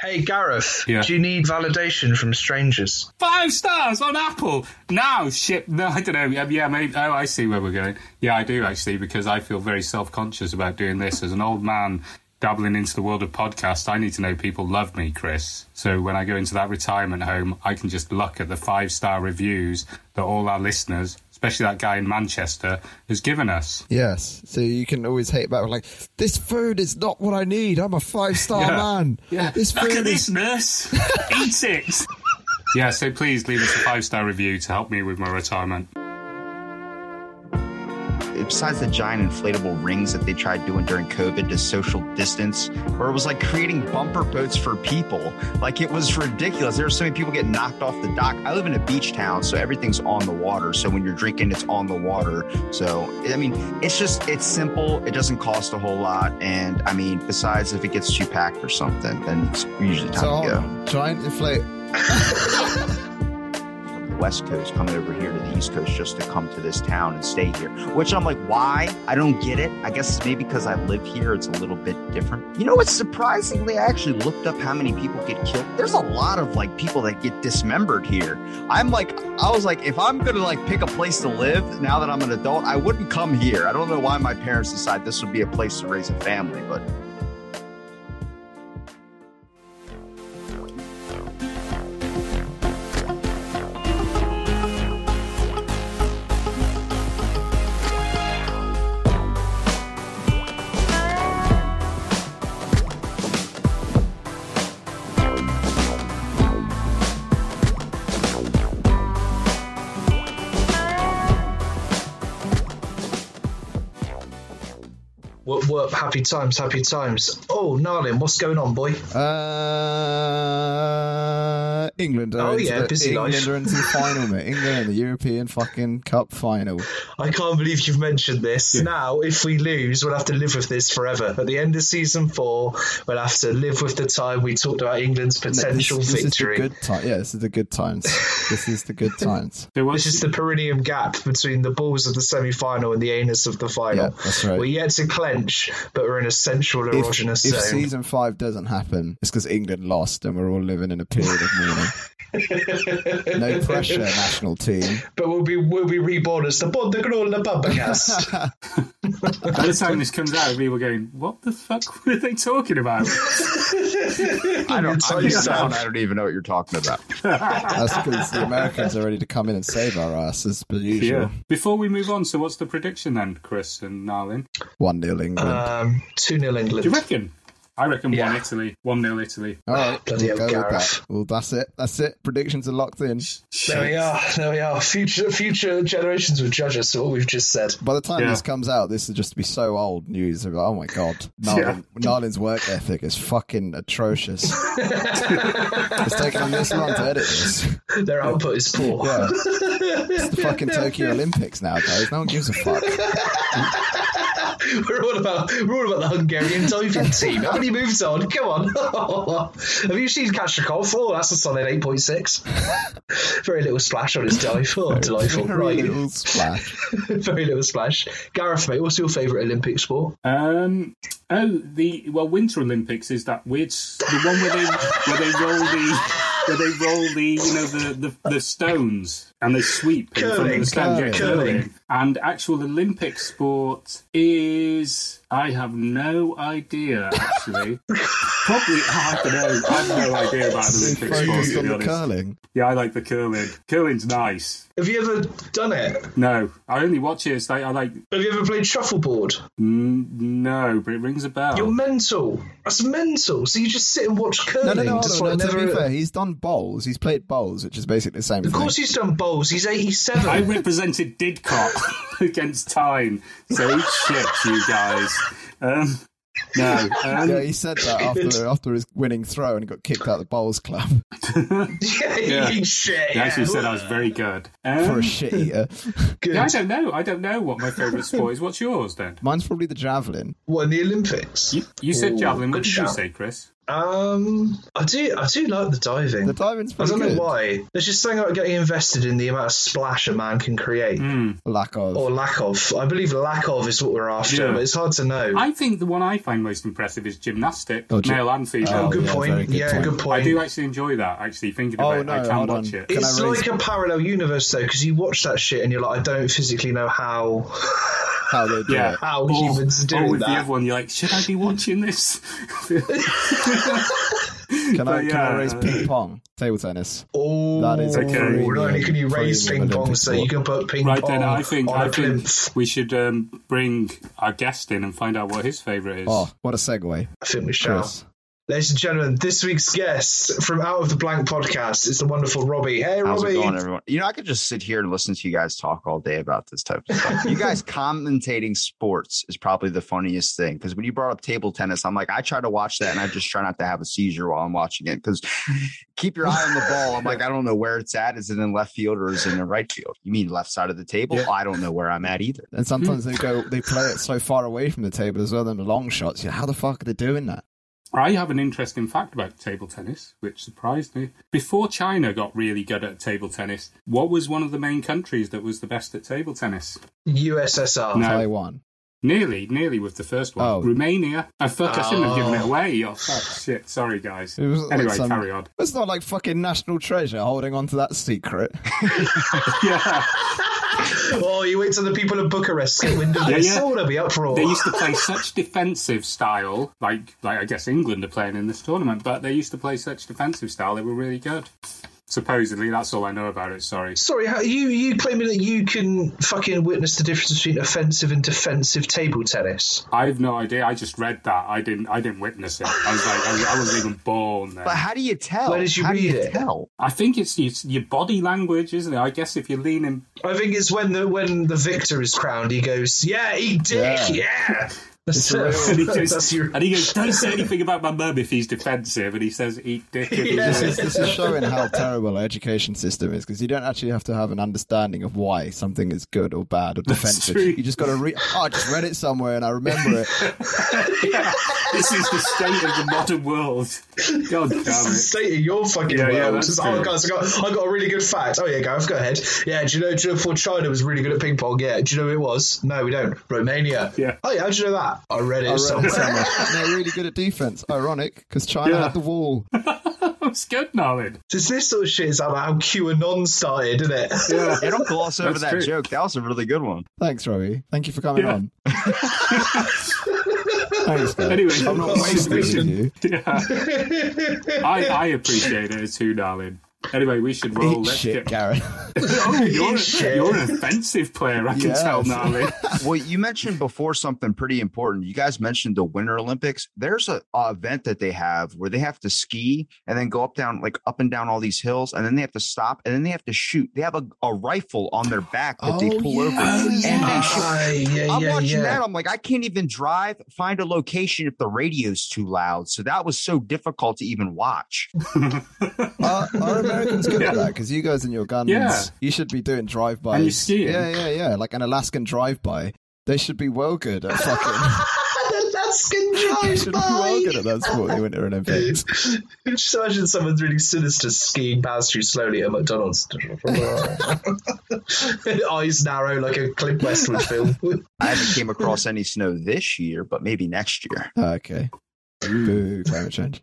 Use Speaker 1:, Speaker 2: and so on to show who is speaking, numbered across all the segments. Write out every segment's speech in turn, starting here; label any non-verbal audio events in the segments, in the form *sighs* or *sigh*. Speaker 1: Hey Gareth,
Speaker 2: Yeah.
Speaker 1: do you need validation from strangers?
Speaker 2: Five stars on Apple now. Ship? No, I don't know. Yeah, yeah, maybe. Oh, I see where we're going. Yeah, I do actually because I feel very self-conscious about doing this as an old man dabbling into the world of podcasts. I need to know people love me, Chris. So when I go into that retirement home, I can just look at the five-star reviews that all our listeners, especially that guy in Manchester, has given us.
Speaker 3: Yes. So you can always hate back like this food is not what I need. I'm a five star man. This
Speaker 2: Look
Speaker 3: food
Speaker 1: *laughs*
Speaker 2: at this,
Speaker 3: is
Speaker 2: nurse. Eat it. yeah, so please leave us a five star review to help me with my retirement.
Speaker 4: besides the giant inflatable rings that they tried doing during COVID to social distance, where it was like creating bumper boats for people. Like it was ridiculous. There were so many people getting knocked off the dock. I live in a beach town, so everything's on the water. So when you're drinking, it's on the water. So, I mean, it's just, it's simple. It doesn't cost a whole lot. And I mean, besides if it gets too packed or something, then it's usually time
Speaker 3: so
Speaker 4: to
Speaker 3: hold
Speaker 4: go.
Speaker 3: on. giant inflate.
Speaker 4: from the West Coast coming over here to the East Coast just to come to this town and stay here. Which I'm like, why? I don't get it. I guess it's maybe because I live here, it's a little bit different. You know what's surprisingly? I actually looked up how many people get killed. There's a lot of like people that get dismembered here. I'm like, I was like, if I'm gonna like pick a place to live now that I'm an adult, I wouldn't come here. I don't know why my parents decided this would be a place to raise a family, but
Speaker 1: Whoop whoop, happy times, happy times. Oh, Narlin, what's going on, boy?
Speaker 3: Uh, England. Are
Speaker 1: Oh,
Speaker 3: into
Speaker 1: yeah,
Speaker 3: the,
Speaker 1: busy
Speaker 3: England
Speaker 1: life.
Speaker 3: are into the final, mate. England in the European fucking cup final.
Speaker 1: I can't believe you've mentioned this. Now, if we lose, we'll have to live with this forever. At the end of season four, we'll have to live with the time we talked about England's potential
Speaker 3: this, this
Speaker 1: victory.
Speaker 3: Is the good time. Yeah, this is the good times. this is
Speaker 1: *laughs*
Speaker 3: the good times.
Speaker 2: So what's
Speaker 1: This is the perineum gap between the balls of the semi final and the anus of the final.
Speaker 3: Yeah, that's right.
Speaker 1: We're yet to clench, but we're in a sensual
Speaker 3: If, if
Speaker 1: erogenous zone.
Speaker 3: season five doesn't happen, it's because England lost and we're all living in a period of
Speaker 1: *laughs*
Speaker 3: mourning. no pressure, national team.
Speaker 1: But we'll be we'll be reborn as the Bond the Gnoll and the Bubbacast.
Speaker 3: *laughs*
Speaker 2: By the time this comes out, we were going, what the fuck *laughs* were they talking about?
Speaker 4: I
Speaker 1: Inside
Speaker 4: don't, I'm just
Speaker 1: yourself.
Speaker 4: down. I don't even know what you're talking about.
Speaker 3: That's because the Americans are ready to come in and save our ass as per usual.
Speaker 2: Before we move on, so what's the prediction then, Chris and Narlin?
Speaker 3: One nil England.
Speaker 1: um, 2 0 England.
Speaker 2: Do you reckon? I reckon
Speaker 1: Yeah.
Speaker 2: 1 Italy, 1 0 Italy.
Speaker 3: All right,
Speaker 1: bloody
Speaker 3: we'll
Speaker 1: hell,
Speaker 3: go with
Speaker 1: Gareth.
Speaker 3: that. Well, that's it. That's it. Predictions are locked in.
Speaker 1: There we are. There we are. Future future generations will judge us for what we've just said.
Speaker 3: By the time
Speaker 2: Yeah.
Speaker 3: this comes out, this will just be so old news. They'll be like, oh my
Speaker 2: *laughs*
Speaker 3: god, Narlin, Narlin's work ethic is
Speaker 2: *laughs*
Speaker 3: fucking atrocious. it's taken him this long to edit this.
Speaker 1: Their output is poor.
Speaker 3: Yeah, it's the fucking Tokyo Olympics nowadays. No one gives
Speaker 2: *laughs*
Speaker 3: a fuck.
Speaker 1: *laughs* We're all about we're all about the Hungarian diving
Speaker 3: *laughs*
Speaker 1: team. How many moves on? Come on. *laughs* Have you seen Kachnikov? Oh, that's a solid eight point six. *laughs* Very little splash on his dive. Oh, delightful.
Speaker 3: Very
Speaker 1: Right. *laughs*
Speaker 2: *laughs*
Speaker 3: little splash.
Speaker 1: Very little splash. Gareth, mate, what's your favourite Olympic sport?
Speaker 2: Um, oh, the well, Winter Olympics is that weird, s- the one where they where they roll the where they roll the you know the the, the stones and they sweep in front of
Speaker 1: Curling,
Speaker 2: the stand.
Speaker 3: curling,
Speaker 2: yeah,
Speaker 1: curling.
Speaker 2: And actual Olympic sport is I have no idea actually. Probably I don't know. I have no idea about Olympic sport.
Speaker 3: Focused
Speaker 2: To
Speaker 3: on
Speaker 2: be
Speaker 3: the
Speaker 2: honest,
Speaker 3: curling.
Speaker 2: yeah, I like the curling. Curling's nice.
Speaker 1: Have you ever done it?
Speaker 2: No, I only watch it. It's like I like.
Speaker 1: Have you ever played shuffleboard?
Speaker 2: mm, No, but it rings a bell.
Speaker 1: You're mental. That's mental. So you just sit and watch
Speaker 3: No,
Speaker 1: curling.
Speaker 3: no, no. Hold
Speaker 1: just
Speaker 3: on,
Speaker 1: like
Speaker 3: no, To
Speaker 1: never-
Speaker 3: be fair, he's done bowls. He's played bowls, which is basically the same
Speaker 1: Of
Speaker 3: thing.
Speaker 1: course he's done bowls. He's
Speaker 2: I
Speaker 1: 87.
Speaker 2: represented Didcot *laughs* against Tyne, so eat shit, you guys. Um, no, um,
Speaker 3: Yeah, he said that after after his winning throw and he got kicked out of the bowls club
Speaker 1: *laughs*
Speaker 3: *laughs*
Speaker 1: yeah,
Speaker 2: Yeah.
Speaker 1: he- shit.
Speaker 2: he
Speaker 1: Yeah.
Speaker 2: actually said I was very good. Um,
Speaker 3: for a shit eater.
Speaker 1: Good.
Speaker 2: yeah, I don't know. I don't know what my favourite sport is. What's yours then?
Speaker 3: Mine's probably the javelin.
Speaker 1: Won the Olympics.
Speaker 2: You, you said
Speaker 1: Ooh,
Speaker 2: javelin.
Speaker 1: good
Speaker 2: What did you
Speaker 1: shout.
Speaker 2: say, Chris?
Speaker 1: Um, I do, I do like the diving.
Speaker 3: The diving's
Speaker 1: I
Speaker 3: pretty
Speaker 1: don't
Speaker 3: good.
Speaker 1: know why. There's just something about getting invested in the amount of splash a man can create,
Speaker 2: Hmm.
Speaker 3: Lack of.
Speaker 1: or lack of. I believe lack of is what we're after,
Speaker 2: Yeah.
Speaker 1: but it's hard to know.
Speaker 2: I think the one I find most impressive is gymnastics,
Speaker 3: Oh, gym-
Speaker 2: male and female.
Speaker 3: Oh,
Speaker 1: good
Speaker 3: yeah, very
Speaker 1: point.
Speaker 3: good
Speaker 1: yeah,
Speaker 3: point.
Speaker 1: good
Speaker 2: I
Speaker 1: point.
Speaker 2: do actually enjoy that. Actually, thinking
Speaker 3: Oh,
Speaker 2: about it, I
Speaker 3: no,
Speaker 2: can
Speaker 3: hold
Speaker 2: watch
Speaker 3: on.
Speaker 2: it.
Speaker 3: Can I
Speaker 1: it's
Speaker 3: raise-
Speaker 1: like a parallel universe though, because you watch that shit and you're like, I don't physically know how
Speaker 3: How they do
Speaker 2: Yeah,
Speaker 3: it.
Speaker 1: how
Speaker 2: Or-
Speaker 1: humans do
Speaker 2: or with the
Speaker 1: that.
Speaker 2: other one, you're like, should I be watching
Speaker 3: *laughs*
Speaker 2: this?
Speaker 3: Can I,
Speaker 2: But,
Speaker 3: can I
Speaker 2: yeah,
Speaker 3: raise
Speaker 2: uh,
Speaker 3: ping pong? Table tennis.
Speaker 1: Oh,
Speaker 3: That is a
Speaker 2: Okay.
Speaker 1: Not only can you
Speaker 3: premium-
Speaker 1: raise ping
Speaker 3: premium
Speaker 1: pong,
Speaker 3: Olympic
Speaker 1: so
Speaker 3: sport.
Speaker 1: you can put ping
Speaker 2: right
Speaker 1: pong
Speaker 2: then, I think
Speaker 1: on a
Speaker 2: I think
Speaker 1: plinth.
Speaker 2: we should um, bring our guest in and find out what his favourite is.
Speaker 3: Oh, what a segue,
Speaker 1: I think we shall.
Speaker 3: Chris.
Speaker 1: Ladies and gentlemen, this week's guest from Out of the Blank podcast is the wonderful Robbie. Hey,
Speaker 4: How's
Speaker 1: Robbie.
Speaker 4: it going, everyone? You know, I could just sit here and listen to you guys talk all day about this type of stuff. you
Speaker 1: *laughs*
Speaker 4: guys commentating sports is probably the funniest thing because when you brought up table tennis, I'm like, I try to watch that and I just try not to have a seizure while I'm watching it because keep your eye on the ball. I'm like, I don't know where it's at. Is it in left field or is it in right field? You mean left side of the table?
Speaker 1: Yeah.
Speaker 4: I don't know where I'm at either.
Speaker 3: And sometimes
Speaker 2: *laughs*
Speaker 3: they go, they play it so far away from the table as well. Then the long shots. Yeah, how the fuck are they doing that?
Speaker 2: I have an interesting fact about table tennis, which surprised me. Before China got really good at table tennis, what was one of the main countries that was the best at table tennis?
Speaker 1: USSR.
Speaker 2: No.
Speaker 3: Taiwan.
Speaker 2: Nearly, nearly was the first one.
Speaker 3: Oh.
Speaker 2: Romania. Oh, fuck, I shouldn't have given it
Speaker 1: Oh.
Speaker 2: away. Oh, fuck, shit. Sorry, guys.
Speaker 3: It was like
Speaker 2: Anyway,
Speaker 3: some-
Speaker 2: carry on. *laughs*
Speaker 3: It's not like fucking national treasure holding on to that secret.
Speaker 2: Yeah.
Speaker 1: Oh, you wait till the people of Bucharest get wind of
Speaker 2: Yeah,
Speaker 1: this.
Speaker 2: yeah.
Speaker 1: Oh, there'll be uproar.
Speaker 2: They used to play such defensive style, like like I guess England are playing in this tournament, but they used to play such defensive style. They were really good. Supposedly, that's all I know about it. Sorry.
Speaker 1: Sorry, how, you you claiming that you can fucking witness the difference between offensive and defensive table tennis?
Speaker 2: I have no idea. I just read that. I didn't. I didn't witness it. I was like, I, was, I wasn't even born then.
Speaker 4: But how do you tell?
Speaker 1: Where did you
Speaker 4: How do
Speaker 1: read it?
Speaker 4: Tell?
Speaker 2: I think it's, it's your body language, isn't it? I guess if you're
Speaker 1: *laughs*
Speaker 2: leaning,
Speaker 1: I think it's when the when the victor is crowned, he goes, "Yeah, eat dick,
Speaker 3: Yeah.
Speaker 1: yeah." That's,
Speaker 2: and he goes,
Speaker 1: Oh, *laughs* that's your.
Speaker 2: and he goes, "Don't say anything about my mum if he's defensive," and he says, "Eat dick." if he's
Speaker 1: Yeah.
Speaker 3: This is, this is showing how terrible our education system is because you don't actually have to have an understanding of why something is good or bad or defensive.
Speaker 2: true.
Speaker 3: You just got to read. Oh, I just read it somewhere and I remember it.
Speaker 2: Yeah, this is the state of the
Speaker 1: *laughs*
Speaker 2: modern world. God damn
Speaker 1: This is the
Speaker 2: it.
Speaker 1: state of your fucking
Speaker 2: Yeah,
Speaker 1: world.
Speaker 2: yeah, that's
Speaker 1: It's, oh,
Speaker 2: true.
Speaker 1: guys, I got, I got a really good fact. Oh, yeah, Gareth, go ahead. Yeah, do you know, do you know before China was really good at ping pong? Yeah, do you know who it was? No, we don't. Romania.
Speaker 2: Yeah.
Speaker 1: Oh, yeah, how do you know that? I read it
Speaker 3: I read
Speaker 1: somewhere. *laughs*
Speaker 3: it somewhere. And they're really good at defense. Ironic because China
Speaker 2: Yeah.
Speaker 3: had the wall.
Speaker 2: That was good knowledge.
Speaker 1: It's this sort of shit is about how QAnon started, isn't it? *laughs*
Speaker 2: Yeah.
Speaker 4: Yeah, don't gloss over
Speaker 2: That's
Speaker 4: that
Speaker 2: true.
Speaker 4: joke. That was a really good one.
Speaker 3: Thanks, Robbie. Thank you for coming
Speaker 2: Yeah.
Speaker 3: on.
Speaker 2: *laughs*
Speaker 3: Thanks, guys.
Speaker 2: Anyway,
Speaker 3: I'm
Speaker 2: *laughs*
Speaker 3: not wasting it with you.
Speaker 2: Yeah. I, I appreciate it too, darling. Anyway, we should roll.
Speaker 3: Eat
Speaker 2: Let's
Speaker 3: shit,
Speaker 2: get-
Speaker 3: Gareth.
Speaker 2: Oh, you're,
Speaker 1: shit.
Speaker 2: you're an offensive player, I can
Speaker 3: Yes.
Speaker 2: tell, darling.
Speaker 4: Well, you mentioned before something pretty important. You guys mentioned the Winter Olympics. There's a, a event that they have where they have to ski and then go up down like up and down all these hills, and then they have to stop and then they have to shoot. They have a, a rifle on their back that they
Speaker 3: Oh,
Speaker 4: pull
Speaker 3: yeah.
Speaker 4: over
Speaker 3: Oh,
Speaker 4: and
Speaker 3: yeah.
Speaker 4: they shoot.
Speaker 1: Ah, yeah,
Speaker 4: I'm
Speaker 1: yeah,
Speaker 4: watching
Speaker 1: yeah.
Speaker 4: that. I'm like, I can't even drive, find a location if the radio's too loud. So that was so difficult to even watch.
Speaker 3: Are, are Americans good at that? Because you guys and your guns,
Speaker 2: Yeah.
Speaker 3: you should be doing drive-bys.
Speaker 2: And you're skiing.
Speaker 3: Yeah, yeah, yeah. Like an Alaskan drive-by. They should be well good
Speaker 1: *laughs*
Speaker 3: at
Speaker 2: *laughs*
Speaker 3: fucking. *laughs*
Speaker 1: Alaskan
Speaker 3: they should be well good at
Speaker 1: drive-by.
Speaker 3: that sport in the Winter
Speaker 1: *laughs*
Speaker 3: Olympics.
Speaker 1: Just imagine someone's really sinister skiing past you slowly at McDonald's. *laughs* Eyes narrow like a Clint Westwood film. *laughs*
Speaker 4: I
Speaker 3: *laughs*
Speaker 4: haven't came across any snow this year, but maybe next year.
Speaker 3: Ah, Okay. Boo, climate change.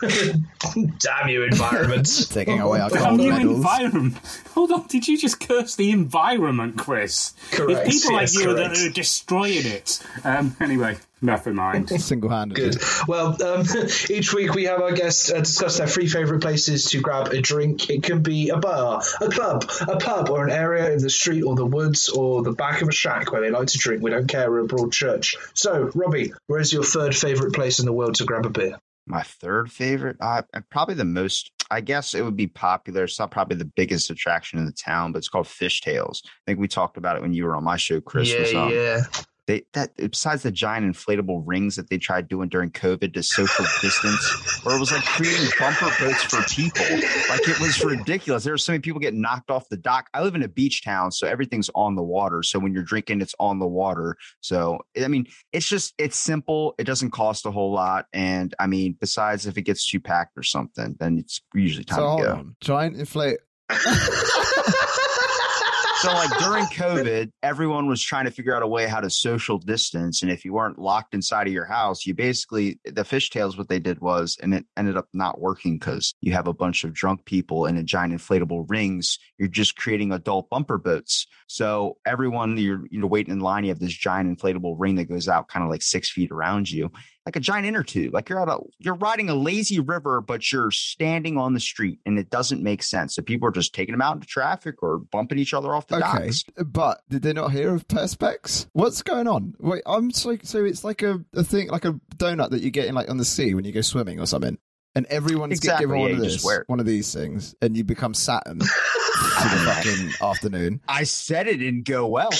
Speaker 1: Damn you, environment.
Speaker 3: Taking away our
Speaker 2: Damn
Speaker 3: *laughs* gold
Speaker 2: you,
Speaker 3: medals.
Speaker 2: environment. Hold on, did you just curse the environment, Chris?
Speaker 1: Correct,
Speaker 2: If people
Speaker 1: yes,
Speaker 2: like you
Speaker 1: correct.
Speaker 2: that are destroying it. Um, anyway, never mind.
Speaker 3: Single-handedly.
Speaker 1: Good. Well, um, *laughs* each week we have our guests uh, discuss their three favourite places to grab a drink. It can be a bar, a club, a pub, or an area in the street or the woods or the back of a shack where they like to drink. We don't care. We're a broad church. So, Robbie, where's your third favourite place in the world to grab a beer?
Speaker 4: My third favorite, uh, probably the most, I guess it would be popular. It's not probably the biggest attraction in the town, but it's called Fishtails. I think we talked about it when you were on my show, Chris. was, um,
Speaker 1: yeah.
Speaker 4: They that besides the giant inflatable rings that they tried doing during COVID to social distance, where it was like creating bumper boats for people. Like it was ridiculous. There were so many people getting knocked off the dock. I live in a beach town, so everything's on the water. So when you're drinking, it's on the water. So I mean, it's just it's simple. It doesn't cost a whole lot. And I mean, besides if it gets too packed or something, then it's usually time
Speaker 3: So
Speaker 4: to
Speaker 3: hold
Speaker 4: go.
Speaker 3: on. Giant inflate.
Speaker 4: So like during COVID, everyone was trying to figure out a way how to social distance, and if you weren't locked inside of your house, you basically the fishtails. What they did was, and it ended up not working because you have a bunch of drunk people in a giant inflatable rings. You're just creating adult bumper boats. So everyone, you're you know waiting in line. You have this giant inflatable ring that goes out kind of like six feet around you, like a giant inner tube. Like you're out, a, you're riding a lazy river, but you're standing on the street, and it doesn't make sense. So people are just taking them out into traffic or bumping each other off the
Speaker 3: Okay,
Speaker 4: docks.
Speaker 3: but did they not hear of perspex? What's going on? Wait, I'm so so. It's like a, a thing, like a donut that you get in like on the sea when you go swimming or something, and everyone's
Speaker 4: Exactly,
Speaker 3: given
Speaker 4: yeah,
Speaker 3: one of
Speaker 4: you just
Speaker 3: this,
Speaker 4: wear it.
Speaker 3: one of these things, and you become Saturn for the fucking afternoon.
Speaker 4: I said it didn't go well.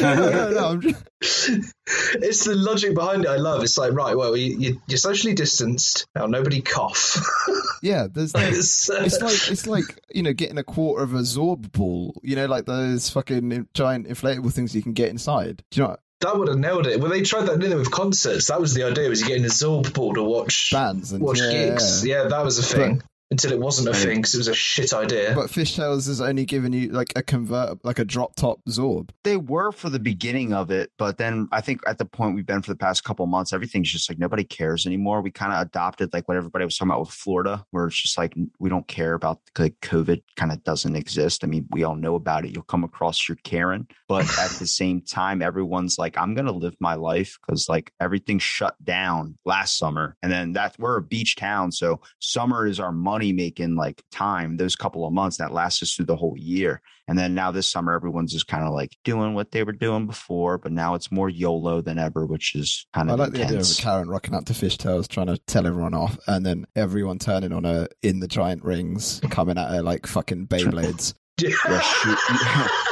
Speaker 3: No, no, no, I'm just-
Speaker 1: *laughs* it's the logic behind it I love. It's like, right, well, you, you, you're socially distanced. Now, nobody cough.
Speaker 3: *laughs*
Speaker 1: *laughs*
Speaker 3: yeah, there's. No,
Speaker 1: it's, uh,
Speaker 3: it's like it's like you know getting a quarter of a zorb ball, you know, like those fucking in- giant inflatable things you can get inside. Do you know what?
Speaker 1: that would have nailed it. Well, they tried that didn't they, with concerts. That was the idea, was you getting a Zorb ball to watch,
Speaker 3: bands and
Speaker 1: watch
Speaker 3: yeah,
Speaker 1: gigs.
Speaker 3: yeah.
Speaker 1: Yeah, that was a thing. Until it wasn't a thing because it was a shit idea. *laughs*
Speaker 3: But fishtails is only giving you like a convert, like a drop top zorb.
Speaker 4: they were for the beginning of it, but then I think at the point we've been for the past couple months, everything's just like nobody cares anymore. We kind of adopted like what everybody was talking about with Florida, where it's just like we don't care about like COVID kind of doesn't exist. I mean, we all know about it. You'll come across your Karen, but at the same time, everyone's like, I'm gonna live my life because like everything shut down last summer, and then that's we're a beach town, so summer is our money making like time. Those couple of months that lasts us through the whole year. And then now this summer, everyone's just kind of like doing what they were doing before, but now it's more YOLO than ever, which is kind
Speaker 3: I
Speaker 4: of
Speaker 3: like the idea of a
Speaker 4: intense.
Speaker 3: Karen rocking up to fishtails, trying to tell everyone off, and then everyone turning on her in the giant rings, coming at her like fucking
Speaker 4: *laughs*
Speaker 3: Beyblades.
Speaker 4: Yeah, shoot,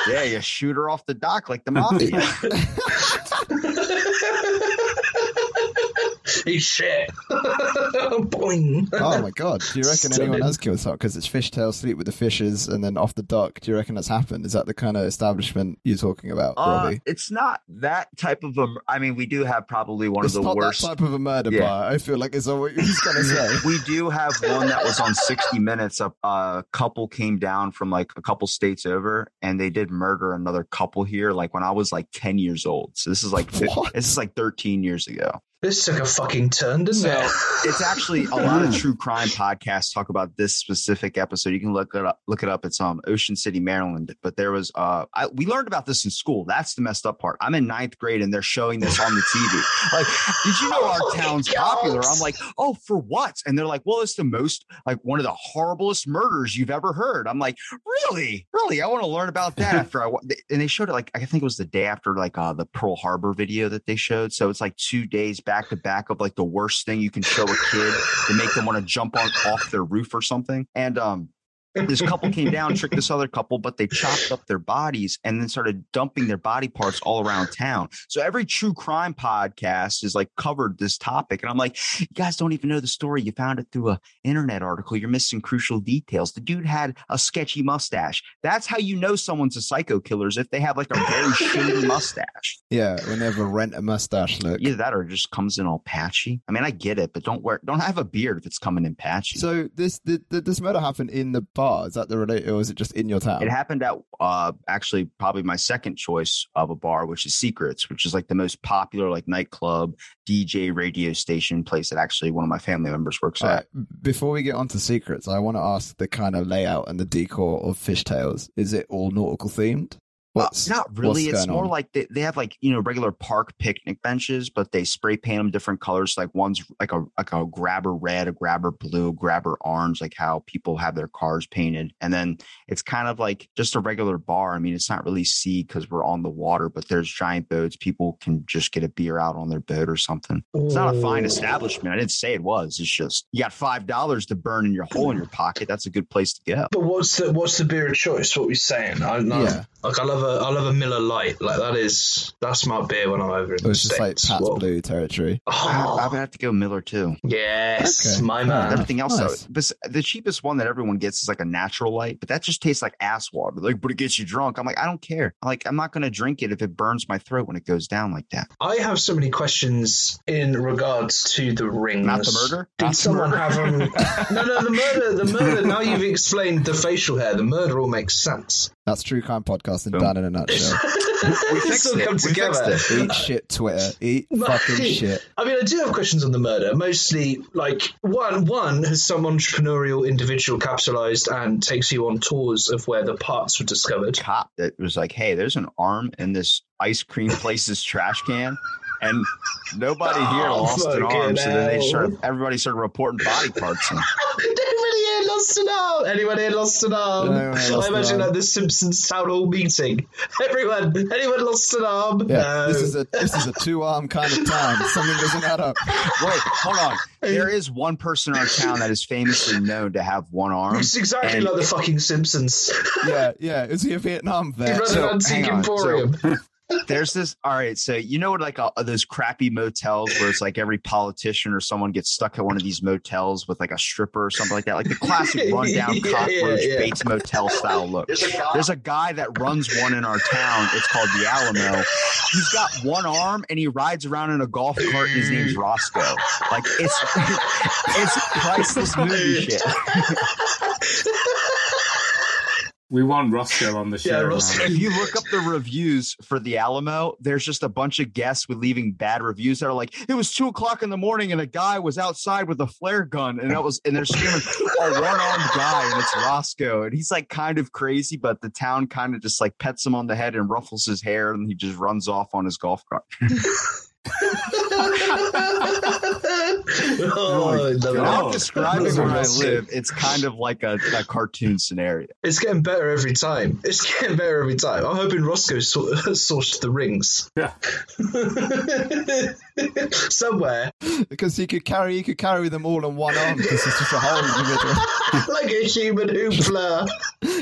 Speaker 4: yeah, you *laughs* shoot her off the dock like
Speaker 3: *laughs*
Speaker 4: the mafia.
Speaker 1: *laughs* He's shit. *laughs* Boing.
Speaker 3: oh my god! Do you reckon anyone has killed someone because it's fishtails sleep with the fishes and then off the dock? Do you reckon that's happened? Is that the kind of establishment you're talking about,
Speaker 4: Uh,
Speaker 3: Robbie?
Speaker 4: it's not that type of a. I mean, we do have probably one
Speaker 3: It's
Speaker 4: of the
Speaker 3: not
Speaker 4: worst.
Speaker 3: that type of a murder
Speaker 4: Yeah.
Speaker 3: bar. I feel like it's all he's
Speaker 4: *laughs*
Speaker 3: gonna say.
Speaker 4: we do have one that was on 60 Minutes. A, a couple came down from like a couple states over, and they did murder another couple here. Like when I was like 10 years old. So this is like fif-
Speaker 3: What?
Speaker 4: this is like 13 years ago.
Speaker 1: *laughs* This took a fucking turn, didn't
Speaker 4: So,
Speaker 1: it?
Speaker 4: it's actually a lot of true crime podcasts talk about this specific episode. You can look it up. Look it up. It's um Ocean City, Maryland. But there was uh, I, we learned about this in school. That's the messed up part. I'm in ninth grade and they're showing this on the TV. Like, did you know
Speaker 1: *laughs* Oh
Speaker 4: our
Speaker 1: my
Speaker 4: town's
Speaker 1: God.
Speaker 4: popular? I'm like, oh, for what? And they're like, well, it's the most like one of the horriblest murders you've ever heard. I'm like, really, really? I want to learn about
Speaker 1: *laughs*
Speaker 4: that after I. wa- And they showed it like I think it was the day after like uh the Pearl Harbor video that they showed. So it's like two days back to back of like the worst thing you can show a kid to make them want to jump on off their roof or something. And um, this couple came down, tricked this other couple, but they chopped up their bodies and then started dumping their body parts all around town. So every true crime podcast is like covered this topic. And I'm like, you guys don't even know the story. You found it through a internet article. You're missing crucial details. The dude had a sketchy mustache. That's how you know someone's a psycho killer is if they have like a very shady mustache.
Speaker 3: Yeah, whenever rent a mustache look.
Speaker 4: Either that or it just comes in all patchy. I mean, I get it, but don't wear, don't have a beard if it's coming in patchy.
Speaker 3: So this the, the, this murder happened in the bar. Is that the relate, or is it just in your town?
Speaker 4: It happened at uh, actually probably my second choice of a bar, which is Secrets, which is like the most popular like nightclub DJ radio station place that actually one of my family members works
Speaker 3: All
Speaker 4: at.
Speaker 3: right, before we get on to secrets, I want to ask the kind of layout and the decor of Fishtails. Is it all nautical
Speaker 1: Uh,
Speaker 3: themed?
Speaker 4: Well,
Speaker 3: What's
Speaker 4: Uh, not really.
Speaker 3: what's
Speaker 4: It's
Speaker 3: going
Speaker 4: more
Speaker 3: on?
Speaker 4: like they, they have like you know regular park picnic benches, but they spray paint them different colors. Like one's like a like a grabber red, a grabber blue, grabber orange, like how people have their cars painted. And then it's kind of like just a regular bar. I mean, it's not really sea because we're on the water, but there's giant boats. People can just get a beer out on their boat or something. It's not a fine establishment. I didn't say it was. It's just you got five dollars to burn in your hole in your pocket. That's a good place to go.
Speaker 1: But what's the what's the beer of choice? What we saying? I, I,
Speaker 3: Yeah.
Speaker 1: Like I love love a I love a Miller Light. Like that is that's my beer when I'm over in
Speaker 3: It
Speaker 1: the
Speaker 3: was just like
Speaker 1: states.
Speaker 3: Pat's
Speaker 1: Well-
Speaker 3: Blue territory.
Speaker 1: Oh,
Speaker 4: I, I would have to go Miller too.
Speaker 1: yes,
Speaker 3: Okay.
Speaker 1: my
Speaker 3: Fair
Speaker 1: man.
Speaker 3: enough.
Speaker 4: Everything else,
Speaker 3: nice.
Speaker 4: though, bes- the cheapest one that everyone gets is like a natural light, but that just tastes like ass water. Like, but it gets you drunk. I'm like, I don't care. Like, I'm not gonna drink it if it burns my throat when it goes down like that.
Speaker 1: I have so many questions in regards to the rings.
Speaker 4: Not the murder.
Speaker 1: Did
Speaker 4: Not the
Speaker 1: someone
Speaker 4: murder.
Speaker 1: have *laughs* them? no, no, the murder, the murder. Now you've explained the facial hair. The murder all makes sense.
Speaker 3: That's True Crime Podcasting
Speaker 4: Boom.
Speaker 3: done in
Speaker 1: *laughs*
Speaker 3: a nutshell.
Speaker 1: we
Speaker 4: fixed it. We fixed it.
Speaker 3: Eat shit, Twitter. Eat
Speaker 1: Right.
Speaker 3: fucking shit.
Speaker 1: I mean, I do have questions on the murder. Mostly, like one, one has some entrepreneurial individual capitalized and takes you on tours of where the parts were *laughs* discovered.
Speaker 4: cop that was like, "Hey, there's an arm in this ice cream place's trash can." And
Speaker 1: *laughs*
Speaker 4: nobody here
Speaker 1: Oh,
Speaker 4: lost an
Speaker 1: fucking
Speaker 4: arm, so then they
Speaker 1: hell.
Speaker 4: started. Everybody started reporting body parts. And
Speaker 1: Anybody here lost an arm? Anybody here lost an arm?
Speaker 3: Anyone lost
Speaker 1: I
Speaker 3: an
Speaker 1: imagine
Speaker 3: arm?
Speaker 1: like the Simpsons town hall meeting. *laughs* Everyone, anyone lost an arm?
Speaker 3: Yeah,
Speaker 1: no.
Speaker 3: this is a this is a two arm kind of town. Something doesn't add up.
Speaker 4: wait,
Speaker 1: *laughs*
Speaker 4: hold on. There is one person in our town that is famously known to have one arm.
Speaker 1: It's exactly
Speaker 4: And-
Speaker 1: like the fucking Simpsons.
Speaker 3: Yeah, yeah. Is he a Vietnam
Speaker 1: He
Speaker 3: vet?
Speaker 1: runs
Speaker 4: so,
Speaker 1: an antique
Speaker 4: hang on, so-
Speaker 1: emporium.
Speaker 4: There's this. All right, so you know what, like uh, those crappy motels where it's like every politician or someone gets stuck at one of these motels with like a stripper or something like that, like the classic
Speaker 1: *laughs*
Speaker 4: rundown
Speaker 1: Yeah,
Speaker 4: cockroach
Speaker 1: yeah.
Speaker 4: Bates Motel style
Speaker 1: *laughs*
Speaker 4: look.
Speaker 1: There's a guy-
Speaker 4: There's a guy that runs one in our town. It's called the Alamo. He's got one arm and he rides around in a golf cart. And his name's Roscoe. Like it's *laughs* it's priceless movie shit.
Speaker 2: We want Roscoe on the
Speaker 1: *laughs*
Speaker 2: show.
Speaker 1: Yeah,
Speaker 2: man.
Speaker 1: Roscoe.
Speaker 4: If you look up the reviews for the Alamo, there's just a bunch of guests with leaving bad reviews that are like, it was two o'clock in the morning and a guy was outside with a flare gun and that was and they're screaming a one armed guy and it's Roscoe and he's like kind of crazy, but the town kind of just like pets him on the head and ruffles his hair and he just runs off on his golf cart.
Speaker 1: oh, I love
Speaker 2: God.
Speaker 1: it.
Speaker 4: Without describing
Speaker 1: Those
Speaker 4: where
Speaker 1: are
Speaker 4: I
Speaker 1: awesome.
Speaker 4: live, it's kind of like a, a cartoon scenario.
Speaker 1: It's getting better every time. It's *laughs* getting better every time. I'm hoping Roscoe sor- *laughs* sourced the rings.
Speaker 2: Yeah.
Speaker 1: *laughs* Somewhere.
Speaker 3: Because he could carry he could carry them all in one arm because he's just a
Speaker 1: *laughs*
Speaker 3: whole individual.
Speaker 1: like a human hoopla.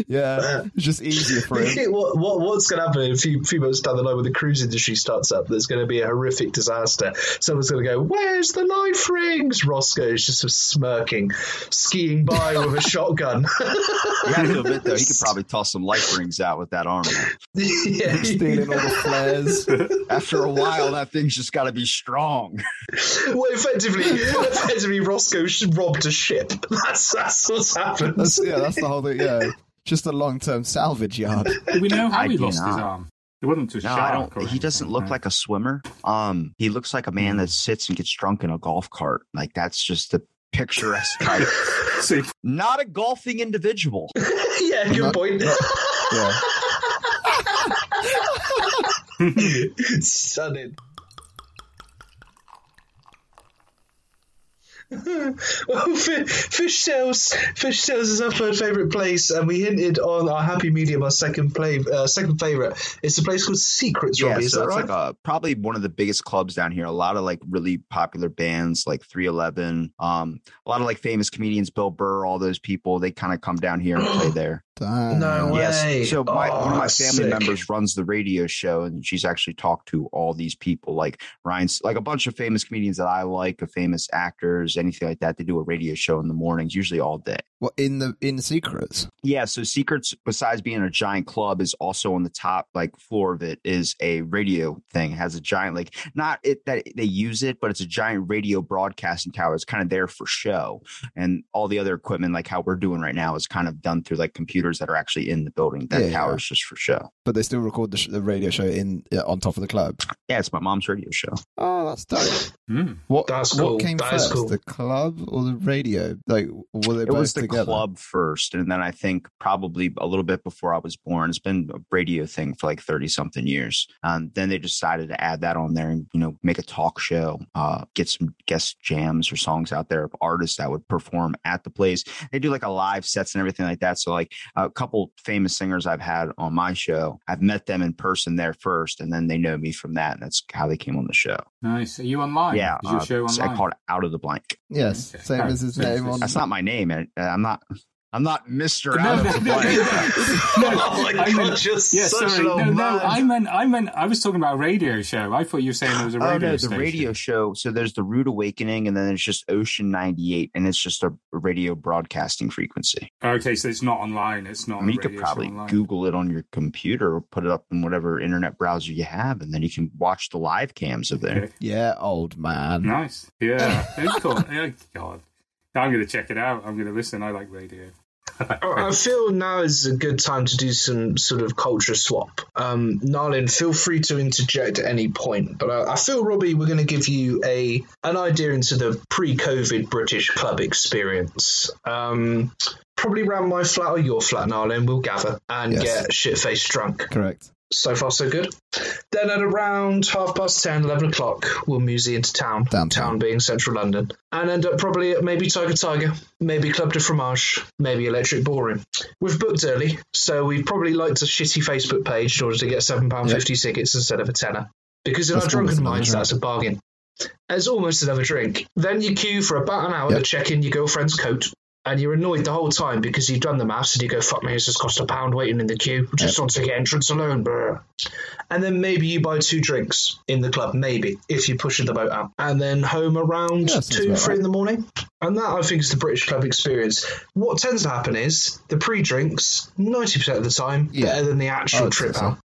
Speaker 3: Yeah. It's just easier for
Speaker 1: *laughs*
Speaker 3: him.
Speaker 1: what, what, what's going to happen in a few, few months down the line when the cruise industry starts up? There's going to be a horrific disaster. Someone's going to go, Where's the life rings? Roscoe's just smirking, skiing by with
Speaker 3: *laughs*
Speaker 1: a shotgun. *laughs*
Speaker 4: You have to admit though, he could probably toss some life rings out with that arm.
Speaker 1: yeah.
Speaker 3: Stealing all the flares.
Speaker 4: After a while, that thing's just got to be strong.
Speaker 1: Well, effectively, effectively, Roscoe sh- robbed a ship. *laughs* That's that's what's happened.
Speaker 3: *laughs* That's yeah, that's the whole thing. Yeah. Just a long term salvage yard.
Speaker 2: Do we know how
Speaker 4: I
Speaker 2: he
Speaker 4: do
Speaker 2: lost his
Speaker 4: not.
Speaker 2: arm? It wasn't to a
Speaker 4: No,
Speaker 2: shark.
Speaker 4: I
Speaker 2: or
Speaker 4: don't. He doesn't
Speaker 2: anything,
Speaker 4: look
Speaker 2: right?
Speaker 4: like a swimmer. Um, he looks like a man that sits and gets drunk in a golf cart. Like that's just the picturesque type.
Speaker 2: See,
Speaker 4: Not a golfing individual.
Speaker 1: *laughs* yeah, good
Speaker 3: Not-
Speaker 1: point. *laughs*
Speaker 3: Yeah.
Speaker 1: Stunning. *laughs* well, fi- fish sales, fish sales is our third favorite place, and we hinted on our happy medium, our second play, uh, second favorite. It's a place called Secrets.
Speaker 4: *laughs* Yeah,
Speaker 1: Robbie, is
Speaker 4: so
Speaker 1: that
Speaker 4: it's
Speaker 1: right?
Speaker 4: like
Speaker 1: *laughs*
Speaker 4: a, probably one of the biggest clubs down here. A lot of like really popular bands like 311, um, a lot of like famous comedians, Bill Burr, all those people. They kind of come down here and *clears throat* play there.
Speaker 3: Damn.
Speaker 1: No way. Hey,
Speaker 4: Yes. So my,
Speaker 1: oh,
Speaker 4: one of my
Speaker 1: that's
Speaker 4: family
Speaker 1: sick.
Speaker 4: members runs the radio show, and she's actually talked to all these people, like Ryan's, like a bunch of famous comedians that I like, of famous actors, anything like that. They do a radio show in the mornings, usually all day.
Speaker 3: What in the in secrets?
Speaker 4: Yeah, so Secrets, besides being a giant club, is also on the top like floor of it is a radio thing. It has a giant like not it that they use it, but it's a giant radio broadcasting tower. It's kind of there for show, and all the other equipment like how we're doing right now is kind of done through like computers that are actually in the building. That
Speaker 3: Yeah.
Speaker 4: tower is just for show.
Speaker 3: But they still record the, sh- the radio show in yeah, on top of the club.
Speaker 4: Yeah, it's my mom's radio show.
Speaker 3: Oh, that's dope.
Speaker 2: *laughs* hmm.
Speaker 3: What
Speaker 1: That's
Speaker 3: what
Speaker 1: cool.
Speaker 3: came
Speaker 1: That is
Speaker 3: first,
Speaker 1: cool.
Speaker 3: the club or the radio? Like were they
Speaker 4: It
Speaker 3: both
Speaker 4: was the
Speaker 3: together?
Speaker 4: club first, and then I think probably a little bit before I was born. It's been a radio thing for like thirty something years. Um, then they decided to add that on there and you know make a talk show, uh, get some guest jams or songs out there of artists that would perform at the place. They do like a live sets and everything like that. So like a couple famous singers I've had on my show, I've met them in person there first, and then they know me from that, and that's how they came on the show.
Speaker 2: nice. Are you online?
Speaker 4: yeah,
Speaker 2: Is your
Speaker 4: uh,
Speaker 2: show
Speaker 4: so
Speaker 2: online?
Speaker 4: I called Out of the Blank.
Speaker 3: Yes,
Speaker 2: Okay.
Speaker 3: same as his
Speaker 2: Alright.
Speaker 3: name on.
Speaker 4: That's not my name. and uh, I'm not. I'm not Mister Out of
Speaker 2: *laughs*
Speaker 4: the Blank.
Speaker 1: oh my
Speaker 2: I
Speaker 1: god,
Speaker 2: meant-
Speaker 1: just
Speaker 2: Yeah,
Speaker 1: such
Speaker 2: sorry.
Speaker 1: an
Speaker 2: No,
Speaker 1: old
Speaker 2: no,
Speaker 1: man.
Speaker 2: I meant, I meant, I was talking about a radio show. I thought you were saying there was a radio
Speaker 4: Oh no, the
Speaker 2: station.
Speaker 4: radio show. So there's the Rude Awakening, and then there's just Ocean 98, and it's just a radio broadcasting frequency.
Speaker 2: Okay, so it's not online. It's not.
Speaker 4: I mean,
Speaker 2: a
Speaker 4: you could
Speaker 2: radio show
Speaker 4: probably
Speaker 2: online.
Speaker 4: Google it on your computer or put it up in whatever internet browser you have, and then you can watch the live cams of there.
Speaker 2: Okay.
Speaker 3: Yeah, old man.
Speaker 2: Nice. Yeah. Very cool. *laughs* Oh, God. I'm going to check it out. I'm going to listen. I like radio.
Speaker 1: *laughs* I I feel now is a good time to do some sort of culture swap. Um, Narlin, feel free to interject at any point, but I, I feel Robbie, we're going to give you a an idea into the pre-COVID British club experience. Um, probably round my flat or your flat, Narlin. We'll gather and
Speaker 3: Yes.
Speaker 1: get shit faced drunk.
Speaker 3: Correct.
Speaker 1: So far, so good. Then at around half past 10, 11 o'clock, we'll mosey into town.
Speaker 3: Downtown.
Speaker 1: Town being central London. And end up probably at maybe Tiger Tiger, maybe Club de Fromage, maybe Electric Ballroom. We've booked early, so we've probably liked a shitty Facebook page in order to get £7.50 tickets instead of a tenner. Because in
Speaker 3: That's
Speaker 1: our drunken
Speaker 3: almost another
Speaker 1: minds,
Speaker 3: drink.
Speaker 1: that's a bargain. As almost another drink. Then you queue for about an hour
Speaker 3: Yep.
Speaker 1: to check in your girlfriend's coat. And you're annoyed the whole time because you've done the maths and you go, fuck me, this has cost a pound waiting in the queue. Just on ticket entrance alone, bruh and then maybe you buy two drinks in the club, maybe if you're pushing the boat out, and then home around
Speaker 3: Yeah, sounds
Speaker 1: two,
Speaker 3: about
Speaker 1: three in
Speaker 3: right.
Speaker 1: the morning. And that I think is the British club experience. What tends to happen is the pre-drinks, ninety percent of the time,
Speaker 3: Yeah.
Speaker 1: better than the
Speaker 3: I
Speaker 4: Oh,
Speaker 1: actual
Speaker 3: would
Speaker 1: trip
Speaker 3: say so.
Speaker 1: out.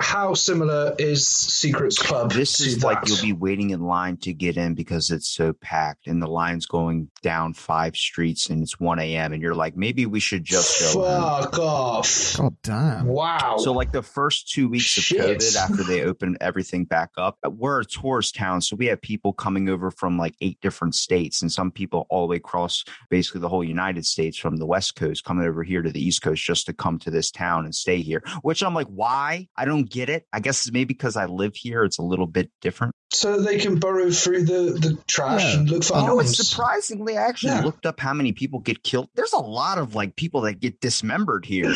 Speaker 1: How similar is Secrets Club?
Speaker 4: This
Speaker 1: to
Speaker 4: is like
Speaker 1: that?
Speaker 4: you'll be waiting in line to get in because it's so packed, and the line's going down five streets, and it's 1 a.m., and you're like, maybe we should just go. home.
Speaker 1: fuck off.
Speaker 3: God damn.
Speaker 1: Wow.
Speaker 4: So, like the first two weeks
Speaker 1: Oh. Shit.
Speaker 4: of COVID, after they opened everything back up, uh, we're a tourist town. So, we have people coming over from like eight different states, and some people all the way across basically the whole United States from the West Coast coming over here to the East Coast just to come to this town and stay here, which I'm like, why? I don't get it. I guess it's maybe because I live here, it's a little bit different.
Speaker 1: so they can burrow through the, the trash
Speaker 3: Yeah.
Speaker 1: and look for
Speaker 3: Oh,
Speaker 4: Oh, it's
Speaker 1: arms.
Speaker 4: surprisingly, I actually
Speaker 1: Yeah.
Speaker 4: looked up how many people get killed. There's a lot of like people that get dismembered here. I'm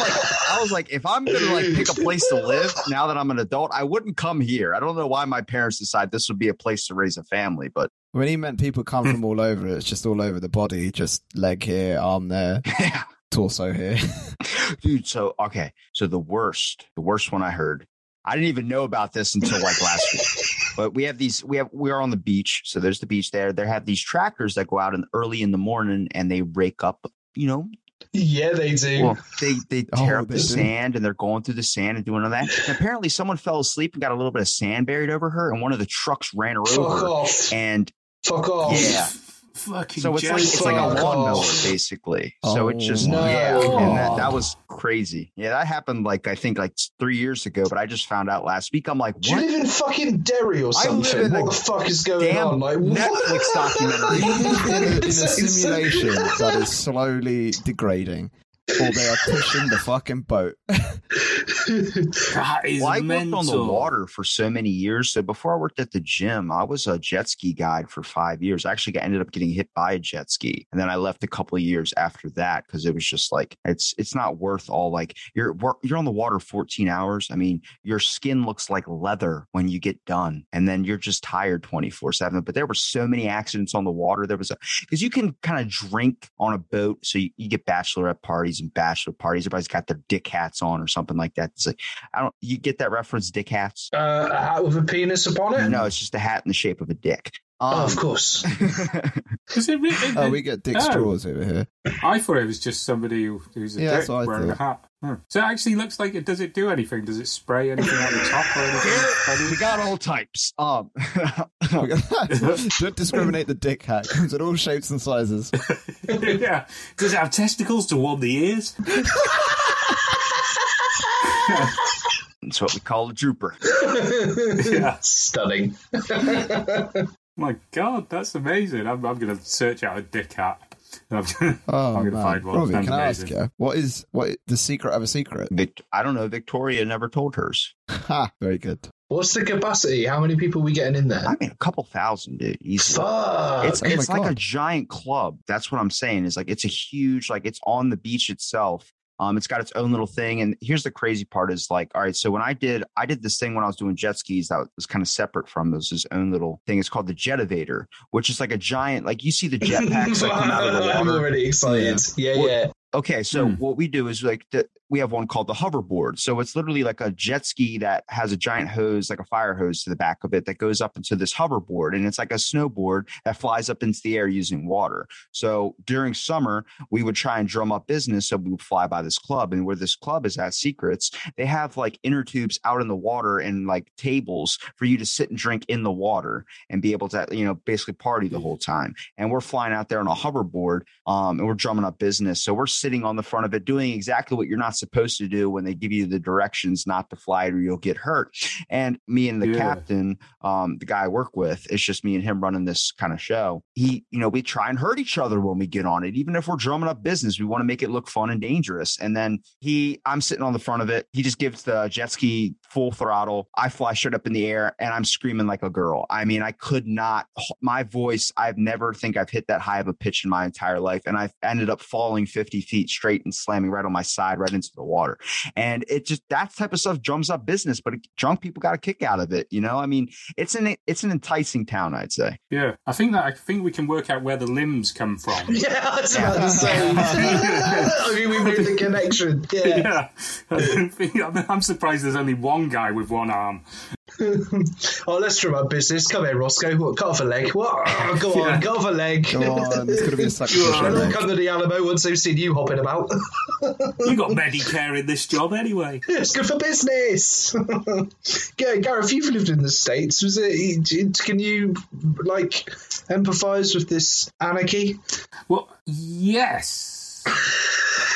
Speaker 4: like, I was like, if I'm gonna like pick a place to live now that I'm an adult, I wouldn't come here. I don't know why my parents decide this would be a place to raise a family, but *laughs*
Speaker 3: When he meant people come from all over, it's just all over the body, just leg here, arm there,
Speaker 4: yeah.
Speaker 3: torso here. *laughs*
Speaker 4: Dude, so okay. So the worst, the worst one I heard. I didn't even know about this until like last week. But we have these, we have, we are on the beach. So there's the beach there. They have these tractors that go out in early in the morning and they rake up, you know,
Speaker 1: *laughs* yeah, they do.
Speaker 4: Well, they they
Speaker 3: Oh,
Speaker 4: tear up
Speaker 3: they
Speaker 4: the
Speaker 3: do.
Speaker 4: sand and they're going through the sand and doing all that. And apparently, someone fell asleep and got a little bit of sand buried over her, and one of the trucks ran her
Speaker 1: Fuck
Speaker 3: *laughs*
Speaker 4: over.
Speaker 1: off.
Speaker 4: And
Speaker 1: Fuck off.
Speaker 4: yeah,
Speaker 2: Fucking
Speaker 4: so it's like it's like a
Speaker 1: Fuck
Speaker 4: lawnmower
Speaker 1: off.
Speaker 4: basically. So it
Speaker 3: Oh
Speaker 4: just
Speaker 1: my
Speaker 4: yeah, and that,
Speaker 1: God.
Speaker 4: that was crazy. Yeah, that happened like I think like three years ago, but I just found out last week. I'm like,
Speaker 1: Do you
Speaker 4: what?
Speaker 1: live in fucking Derry or
Speaker 4: I live
Speaker 1: something?
Speaker 4: in
Speaker 1: What
Speaker 4: a
Speaker 1: the fuck is going
Speaker 4: damn
Speaker 1: on? Like what? *laughs*
Speaker 4: Netflix documentary.
Speaker 3: You live in, a- in a
Speaker 1: This is so-
Speaker 3: simulation that is slowly degrading, or they are pushing the fucking boat.
Speaker 2: *laughs*
Speaker 3: *laughs*
Speaker 2: That is
Speaker 4: Well, I
Speaker 2: mental.
Speaker 4: worked on the water for so many years. So before I worked at the gym, I was a jet ski guide for five years. I actually got, ended up getting hit by a jet ski, and then I left a couple of years after that because it was just like it's it's not worth all. Like you're wor- you're on the water 14 hours. I mean, your skin looks like leather when you get done, and then you're just tired 24 seven. But there were so many accidents on the water. There was a because you can kind of drink on a boat, so you, you get bachelorette parties and bachelor parties. Everybody's got their dick hats on or something like that. It's like, I don't. You get that reference, dick hats?
Speaker 1: *laughs* Uh, a hat with a penis upon it?
Speaker 4: No, it's just a hat in the shape of a dick.
Speaker 1: Oh,
Speaker 4: Um,
Speaker 1: of
Speaker 4: *laughs*
Speaker 1: course. *laughs*
Speaker 2: Is it really? it-
Speaker 3: Oh, we get dick
Speaker 2: Oh.
Speaker 3: straws over here. *laughs*
Speaker 2: I thought it was just somebody who- who's a
Speaker 3: Yeah,
Speaker 2: dick
Speaker 3: that's what I
Speaker 2: wearing a hat. Hmm. So it actually looks like it. Does it do anything? Does it spray anything out the top or
Speaker 4: we
Speaker 2: anything?
Speaker 4: got all types. Um, *laughs*
Speaker 3: Don't discriminate the dick hat. Comes in all shapes and sizes.
Speaker 2: Funny? *laughs* yeah. Does it have testicles to warm the ears?
Speaker 4: it's what we call a drooper.
Speaker 1: Stunning.
Speaker 2: My God, that's amazing. I'm, I'm going to search out a dick hat. I'm gonna-
Speaker 3: Oh
Speaker 2: I'm gonna
Speaker 3: man,
Speaker 2: find one.
Speaker 3: Robbie,
Speaker 2: Sounds
Speaker 3: can I ask
Speaker 2: amazing.
Speaker 3: you what is what the secret of a secret?
Speaker 4: Vic- I don't know. Victoria never told hers.
Speaker 3: Ha! Very good.
Speaker 1: What's the capacity? How many people are we getting in there?
Speaker 4: I mean, a couple thousand, dude. Easily.
Speaker 1: Fuck.
Speaker 4: It's
Speaker 3: Oh my
Speaker 4: it's like a
Speaker 3: God.
Speaker 4: giant club. That's what I'm saying. Is like it's a huge like it's on the beach itself. Um, it's got its own little thing. And here's the crazy part is like, all right, so when I did I did this thing when I was doing jet skis that was kind of separate from this his own little thing. It's called the
Speaker 3: *laughs*
Speaker 4: jet Jetivator, which is like a giant like you see the jetpacks that come out of the
Speaker 1: *laughs* I'm
Speaker 4: water.
Speaker 1: already excited. Yeah, yeah.
Speaker 4: Well, Okay, so
Speaker 3: Hmm.
Speaker 4: what we do is like the, we have one called the hoverboard. So it's literally like a jet ski that has a giant hose, like a fire hose, to the back of it that goes up into this hoverboard, and it's like a snowboard that flies up into the air using water. So during summer, we would try and drum up business. So we would fly by this club, and where this club is at Secrets, they have like inner tubes out in the water and like tables for you to sit and drink in the water and be able to you know basically party the whole time. And we're flying out there on a hoverboard, um, and we're drumming up business. So we're sitting on the front of it, doing exactly what you're not supposed to do when they give you the directions not to fly or you'll get hurt. And me and the
Speaker 2: Yeah.
Speaker 4: captain, um, the guy I work with, it's just me and him running this kind of show. He, you know, we try and hurt each other when we get on it, even if we're drumming up business, we want to make it look fun and dangerous. And then he, I'm sitting on the front of it. He just gives the jet ski full throttle. I fly straight up in the air and I'm screaming like a girl. I mean, I could not, my voice, I've never think I've hit that high of a pitch in my entire life. And I ended up falling 50 feet straight and slamming right on my side, right into the water. And it just, that type of stuff drums up business, but drunk people got a kick out of it. You know, I mean, it's an, it's an enticing town, I'd say.
Speaker 2: *laughs* Yeah, I think that I think we can work out where the limbs
Speaker 1: *laughs*
Speaker 2: come from.
Speaker 1: *laughs* Yeah, I was about to say.
Speaker 4: *laughs*
Speaker 1: *laughs* I mean, we made the connection. Yeah.
Speaker 2: yeah, I don't think- I'm- I'm surprised there's only one guy with one arm.
Speaker 1: Oh, let's drum up business. Come here, Roscoe. What, cut off a leg.
Speaker 4: *laughs*
Speaker 1: What? Oh, go on, cut off a leg. *laughs*
Speaker 3: Come on, there's going to be a
Speaker 1: And
Speaker 3: sacrificial
Speaker 1: they'll
Speaker 3: leg.
Speaker 1: come to the Alamo once they've seen you hopping about. *laughs*
Speaker 2: You got Medicare in this job anyway.
Speaker 1: it's good for business. *laughs* yeah, Gareth, you've lived in the states. Was it? it- Can you like empathise with this anarchy? *gasps*
Speaker 4: *gasps*
Speaker 2: Well, yes.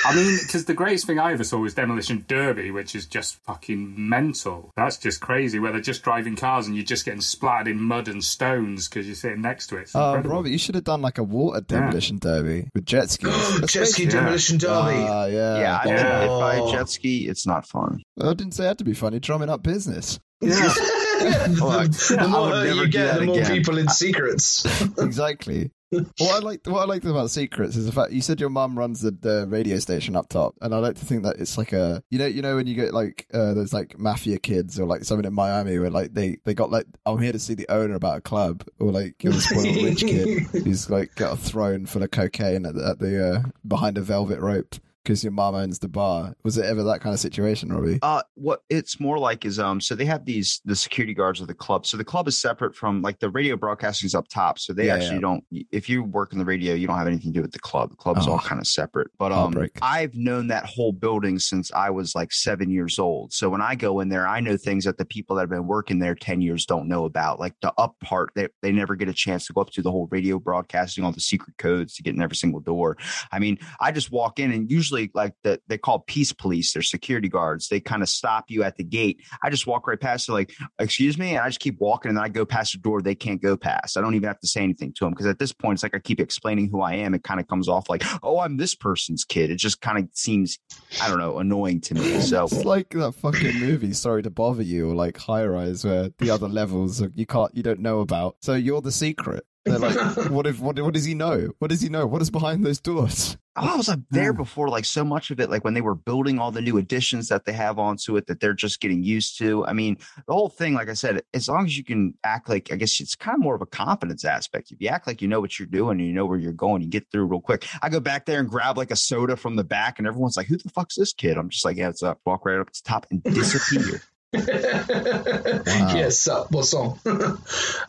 Speaker 2: I mean, because the greatest thing I ever saw was Demolition Derby, which is just fucking mental. That's just crazy, where they're just driving cars and you're just getting splattered in mud and stones because you're sitting next to it. It's
Speaker 3: Um,
Speaker 2: incredible.
Speaker 3: Robert, you should have done like a water demolition derby with jet skis.
Speaker 1: *gasps*
Speaker 3: That's
Speaker 1: Jet ski
Speaker 3: basically-
Speaker 1: demolition derby.
Speaker 4: Uh,
Speaker 3: Ah, yeah.
Speaker 4: Yeah. I,
Speaker 2: Yeah.
Speaker 4: If I
Speaker 1: Oh.
Speaker 4: jet ski, it's not fun.
Speaker 3: I didn't say it had to be funny. Drumming up business.
Speaker 1: *laughs*
Speaker 2: Yeah.
Speaker 1: the,
Speaker 4: I
Speaker 1: more
Speaker 4: would
Speaker 1: hurt
Speaker 4: never
Speaker 1: you
Speaker 4: do
Speaker 1: get,
Speaker 4: that
Speaker 1: the more
Speaker 4: again.
Speaker 1: people in secrets.
Speaker 3: exactly. What I liked, what I liked about Secrets is the fact you said your mum runs the, the radio station up top, and I like to think that it's like a you know you know when you get like uh, those like mafia kids or like something in Miami where like they they got like I'm here to see the owner about a club or like you're the spoiled
Speaker 1: *laughs*
Speaker 3: rich kid who's like got a throne full of cocaine at the, at the uh, behind a velvet rope because your mum owns the bar. Was it ever that kind of situation, Robbie?
Speaker 4: Uh, what it's more like is um, so they have these the security guards of the club. So the club is separate from like the radio broadcasting is up top. So they
Speaker 3: Yeah,
Speaker 4: actually
Speaker 3: yeah.
Speaker 4: don't. If you work in the radio, you don't have anything to do with the club. The club is all
Speaker 3: Oh.
Speaker 4: kind of separate. But um,
Speaker 3: Heartbreak.
Speaker 4: I've known that whole building since I was like seven years old. So when I go in there, I know things that the people that have been working there ten years don't know about. Like the up part, they they never get a chance to go up to the whole radio broadcasting, all the secret codes to get in every single door. I mean, I just walk in and usually like the, they call peace police, they're security guards. They kind of stop you at the gate. I just walk right past. They're like, excuse me. And I just keep walking and then I go past the door they can't go past. I don't even have to say anything to them because at this point, it's like I keep explaining who I am. It kind of comes off like, oh, I'm this person's kid. It just kind of seems, I don't know, annoying to me.
Speaker 2: *laughs*
Speaker 4: So
Speaker 3: It's like that fucking movie, Sorry to Bother You, or like High Rise, where the other levels are, you can't, you don't know about. So you're the secret. They're
Speaker 1: *laughs*
Speaker 3: like, what if, what, what does he know? What does he know? What is behind those doors?
Speaker 4: Oh, I was up there
Speaker 2: Yeah.
Speaker 4: before, like so much of it, like when they were building all the new additions that they have onto it that they're just getting used to. I mean, the whole thing, like I said, as long as you can act like, I guess it's kind of more of a confidence aspect. If you act like you know what you're doing and you know where you're going, you get through real quick. I go back there and grab like a soda from the back, and everyone's like, who the fuck's this kid? I'm just like, yeah, it's up. Walk right up to the top and disappear.
Speaker 1: Yes, up. What's on? *laughs*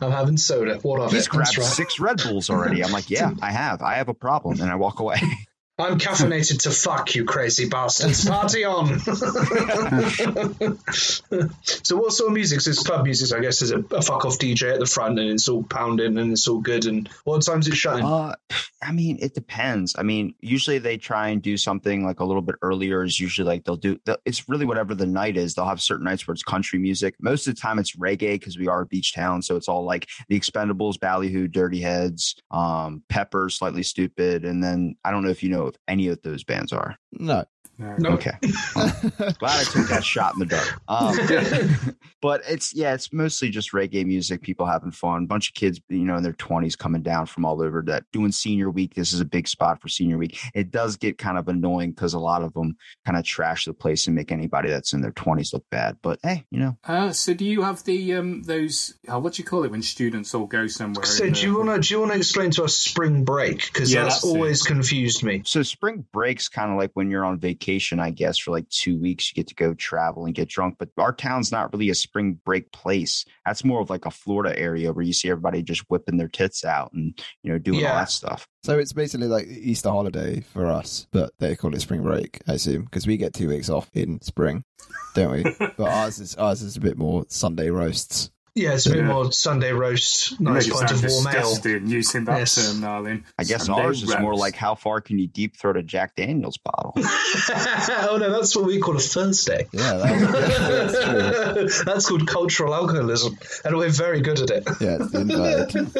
Speaker 1: I'm having soda. What of
Speaker 4: He's
Speaker 1: it? Oh, That's
Speaker 4: grabbed
Speaker 1: right.
Speaker 4: six Red Bulls already. I'm like, yeah, I have. I have a problem. And I walk away.
Speaker 1: I'm caffeinated to fuck you, crazy bastards. Party on! *laughs* so, what sort of music? So, it's club music, I guess. Is it a fuck off DJ at the front, and it's all pounding, and it's all good. And what time's it shutting?
Speaker 4: Uh, I mean, it depends. I mean, usually they try and do something like a little bit earlier. Is usually like they'll do. they'll- It's really whatever the night is. They'll have certain nights where it's country music. Most of the time, it's reggae because we are a beach town, so it's all like the Expendables, Ballyhoo, Dirty Heads, um, Pepper, Slightly Stupid, and then I don't know if you know if any of those bands are.
Speaker 3: No. *laughs*
Speaker 2: No.
Speaker 1: No.
Speaker 4: Okay, glad I took that shot in the dark. Um, But it's yeah, it's mostly just reggae music, people having fun, bunch of kids, you know, in their 20s coming down from all over that doing senior week. This is a big spot for senior week. It does get kind of annoying because a lot of them kind of trash the place and make anybody that's in their 20s look bad. But hey, you know,
Speaker 2: Uh, so do you have the um those uh, what do you call it when students all go somewhere? uh,
Speaker 1: So
Speaker 2: in
Speaker 1: do
Speaker 2: the-
Speaker 1: you want to do you want to explain to us spring break because
Speaker 2: Yeah,
Speaker 1: that's
Speaker 2: that's it.
Speaker 1: always confused me.
Speaker 4: So spring break's kind of like when you're on vacation, I guess, for like two weeks. You get to go travel and get drunk. But our town's not really a spring break place. That's more of like a Florida area where you see everybody just whipping their tits out and you know doing
Speaker 1: Yeah.
Speaker 4: all that stuff.
Speaker 3: So it's basically like the Easter holiday for us, but they call it spring break, I assume, because we get two weeks off in spring,
Speaker 2: *laughs*
Speaker 3: don't we? but ours is ours is a bit more Sunday roasts.
Speaker 1: Yeah, it's a bit
Speaker 2: Yeah.
Speaker 1: more Sunday roast,
Speaker 2: You
Speaker 1: nice
Speaker 2: make it
Speaker 1: pint
Speaker 2: sound
Speaker 1: of warm ale.
Speaker 2: disgusting using that
Speaker 1: Yes.
Speaker 2: term, darling.
Speaker 4: I guess
Speaker 2: Sunday
Speaker 4: ours is more
Speaker 2: wraps.
Speaker 4: like how far can you deep throat a Jack Daniels bottle?
Speaker 1: *laughs*
Speaker 4: *laughs*
Speaker 1: oh no, that's what we call a
Speaker 2: *laughs*
Speaker 1: Thursday.
Speaker 3: Yeah, that was, that's
Speaker 1: that's called cultural alcoholism, and we're very good at it.
Speaker 3: true. Yeah, it's the
Speaker 2: *laughs*
Speaker 3: inverted.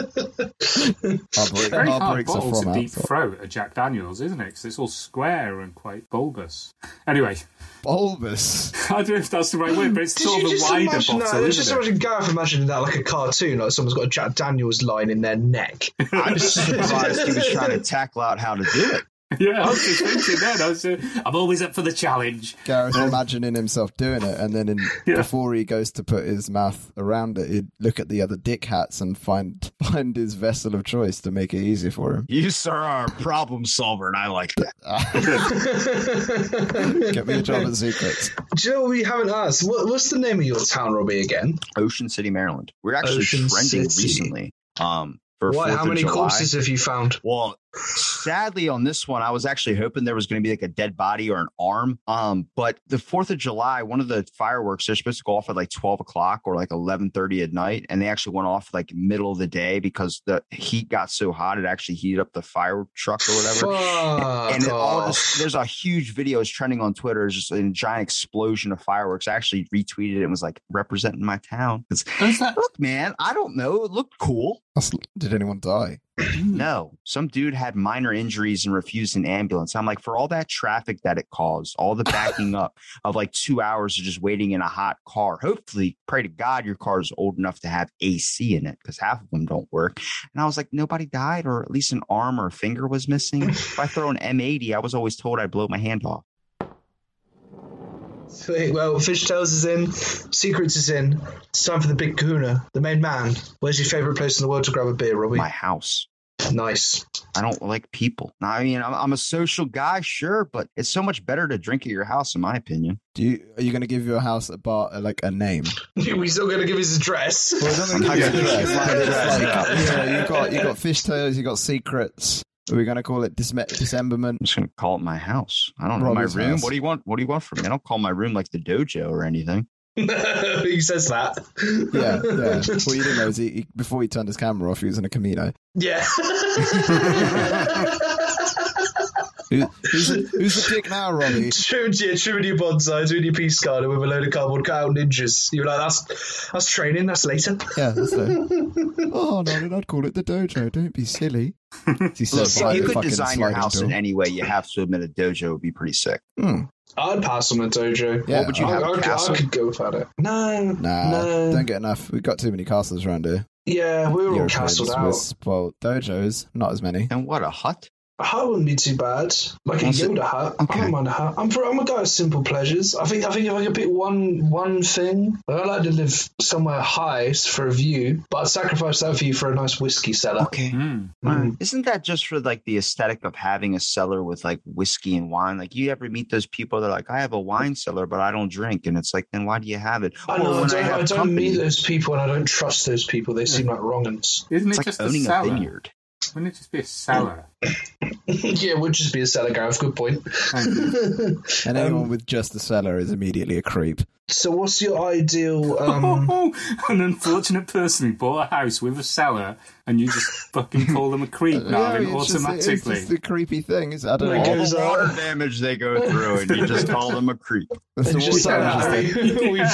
Speaker 1: *laughs*
Speaker 3: Our, break,
Speaker 2: very
Speaker 3: our
Speaker 2: hard
Speaker 3: breaks are
Speaker 2: bottle
Speaker 3: from
Speaker 2: to deep
Speaker 3: outside.
Speaker 2: throat a Jack Daniels, isn't it? Because it's all square and quite bulbous. Anyway, *laughs*
Speaker 3: Bulbous.
Speaker 2: I don't know if that's the right word, but it's
Speaker 1: Did
Speaker 2: sort
Speaker 1: you
Speaker 2: of a
Speaker 1: just
Speaker 2: wider
Speaker 1: imagine that?
Speaker 2: bottle,
Speaker 1: Let's just
Speaker 2: isn't it?
Speaker 1: imagine Gareth imagining that like a cartoon, like someone's got a Jack Daniels line in their
Speaker 2: *laughs*
Speaker 1: neck.
Speaker 4: I'm just surprised he was trying to tackle out how to do it.
Speaker 2: *laughs* Yeah, I was just thinking then. I was, uh, I'm always up for the challenge.
Speaker 3: Gareth imagining himself doing it, and *laughs* then in,
Speaker 2: Yeah.
Speaker 3: before he goes to put his mouth around it, he'd look at the other dick hats and find *laughs* find his vessel of choice to make it easy for him. *laughs*
Speaker 4: *laughs* You sir are a problem solver, and I like that.
Speaker 3: Get me a job at Secrets.
Speaker 1: *laughs* Do you know what we haven't asked? What, what's the name of your town, Robbie? Again?
Speaker 4: Ocean City, Maryland. We're actually
Speaker 1: Ocean
Speaker 4: trending
Speaker 1: City.
Speaker 4: recently. Um, for
Speaker 1: What?
Speaker 4: 4th
Speaker 1: How
Speaker 4: of
Speaker 1: many
Speaker 4: July.
Speaker 1: corpses have you found?
Speaker 4: Well, sadly, on this one, I was actually hoping there was going to be like a dead body or an arm. Um, but the Fourth of July, one of the fireworks, they're supposed to go off at like twelve o'clock or like eleven thirty at night, and they actually went off like middle of the day because the heat got so hot it actually heated up the fire truck or whatever.
Speaker 1: Fuck
Speaker 4: And it all
Speaker 1: off.
Speaker 4: just, there's a huge video is trending on Twitter. It's just a giant explosion of fireworks. I actually retweeted it and was like representing my town. 'Cause,
Speaker 2: Does that?
Speaker 4: look, man, I don't know. It looked cool.
Speaker 3: That's- Did anyone die?
Speaker 2: Hmm.
Speaker 4: No, some dude had minor injuries and refused an ambulance. I'm like, for all that traffic that it caused, all the backing up of like two hours of just waiting in a hot car. Hopefully, pray to God your car is old enough to have AC in it because half of them don't work. And I was like, nobody died, or at least an arm or a finger was missing. if I throw an M80, I was always told I'd blow my hand off.
Speaker 1: Sweet. Well, Fishtails is in, Secrets is in. It's time for the big kahuna, the main man. Where's your favourite place in the world to grab a beer, Robbie?
Speaker 4: My house.
Speaker 1: Nice. *laughs*
Speaker 4: I don't like people. I mean, I'm, I'm a social guy, sure, but it's so much better to drink at your house, in my opinion.
Speaker 3: Do you are you going to give your house a bar uh, like a name?
Speaker 1: He's still going to give his address. *laughs*
Speaker 3: Well, I don't
Speaker 4: I'm not
Speaker 3: think it's
Speaker 4: gonna give you
Speaker 3: like-
Speaker 4: my
Speaker 3: it's like,
Speaker 4: address, no.
Speaker 3: you know, you got you got fishtails, you got secrets. Are we going to call it disme- dismemberment?
Speaker 4: I'm just gonna call it my house. I don't know
Speaker 3: Robbie's
Speaker 4: my room.
Speaker 3: house.
Speaker 4: What do you want? What do you want from me? I don't call my room like the dojo or anything.
Speaker 1: he says that.
Speaker 3: Yeah, yeah. Well, you didn't know is he, he- before he turned his camera off, he was in a Camino.
Speaker 1: Yeah.
Speaker 3: Who, who's, the, who's the dick now, Robbie?
Speaker 1: Trim yeah, *laughs* trimming your bonsais, doing your peace garden with a load of cardboard cutout ninjas. You're like, that's that's training, that's later.
Speaker 3: Yeah, that's it. *laughs* Oh no, I'd call it the dojo. Don't be silly. He said
Speaker 4: Look,
Speaker 3: by
Speaker 4: if you
Speaker 3: the
Speaker 4: could
Speaker 3: fucking
Speaker 4: design your
Speaker 3: sliding
Speaker 4: house in
Speaker 3: door.
Speaker 4: any way, you have to admit a dojo would be pretty sick.
Speaker 3: Hmm.
Speaker 1: *laughs* I'd pass on a dojo.
Speaker 3: Yeah,
Speaker 4: what would you
Speaker 1: I,
Speaker 4: have? a
Speaker 1: I,
Speaker 4: castle?
Speaker 1: I could go without it. No,
Speaker 3: Nah,
Speaker 1: no.
Speaker 3: don't get enough. We've got too many castles around here.
Speaker 1: yeah, we were all
Speaker 3: Europeans
Speaker 1: castled
Speaker 3: were
Speaker 1: out.
Speaker 3: spoiled. Dojos, not as many.
Speaker 4: and what a hut!
Speaker 1: A hut wouldn't be too bad. Like a
Speaker 4: What's it-
Speaker 1: Yoda hut. I
Speaker 4: Okay.
Speaker 1: don't mind a hut. I'm, for, I'm a guy of simple pleasures. I think I think if I could pick one one thing, like, I'd like to live somewhere high for a view, but I'd sacrifice that view for a nice whiskey cellar.
Speaker 4: Okay.
Speaker 2: Mm.
Speaker 1: Mm.
Speaker 4: Uh, Isn't that just for like the aesthetic of having a cellar with like whiskey and wine? Like you ever meet those people that are like, I have a wine cellar, but I don't drink, and it's like, then why do you have it?
Speaker 1: I
Speaker 4: Or
Speaker 1: know, I
Speaker 4: when
Speaker 1: don't, I
Speaker 4: have
Speaker 1: don't meet those people and I don't trust those people. They seem like wrong uns.
Speaker 2: Isn't it
Speaker 4: it's like
Speaker 2: just a
Speaker 4: owning a
Speaker 2: cellar?
Speaker 4: vineyard.
Speaker 2: Wouldn't it just be a cellar?
Speaker 1: *laughs* yeah, it would just be a cellar, Gareth. Good point. *laughs* Um,
Speaker 3: And anyone with just a cellar is immediately a creep.
Speaker 1: so, what's your ideal.
Speaker 4: *laughs*
Speaker 1: Um,
Speaker 2: *laughs* An unfortunate person who bought a house with a cellar, and you just fucking call them a creep now,
Speaker 3: *laughs* Yeah,
Speaker 2: and
Speaker 3: it's just-
Speaker 2: automatically.
Speaker 3: it's just the creepy thing. Is I don't
Speaker 1: Like,
Speaker 3: know.
Speaker 1: goes out.
Speaker 4: damage they go
Speaker 1: *laughs*
Speaker 4: through, and you just call them a creep.
Speaker 3: That's the
Speaker 1: It's just
Speaker 3: water
Speaker 1: like
Speaker 2: yeah.
Speaker 3: damage
Speaker 1: that.
Speaker 3: *laughs* thing.
Speaker 1: we've,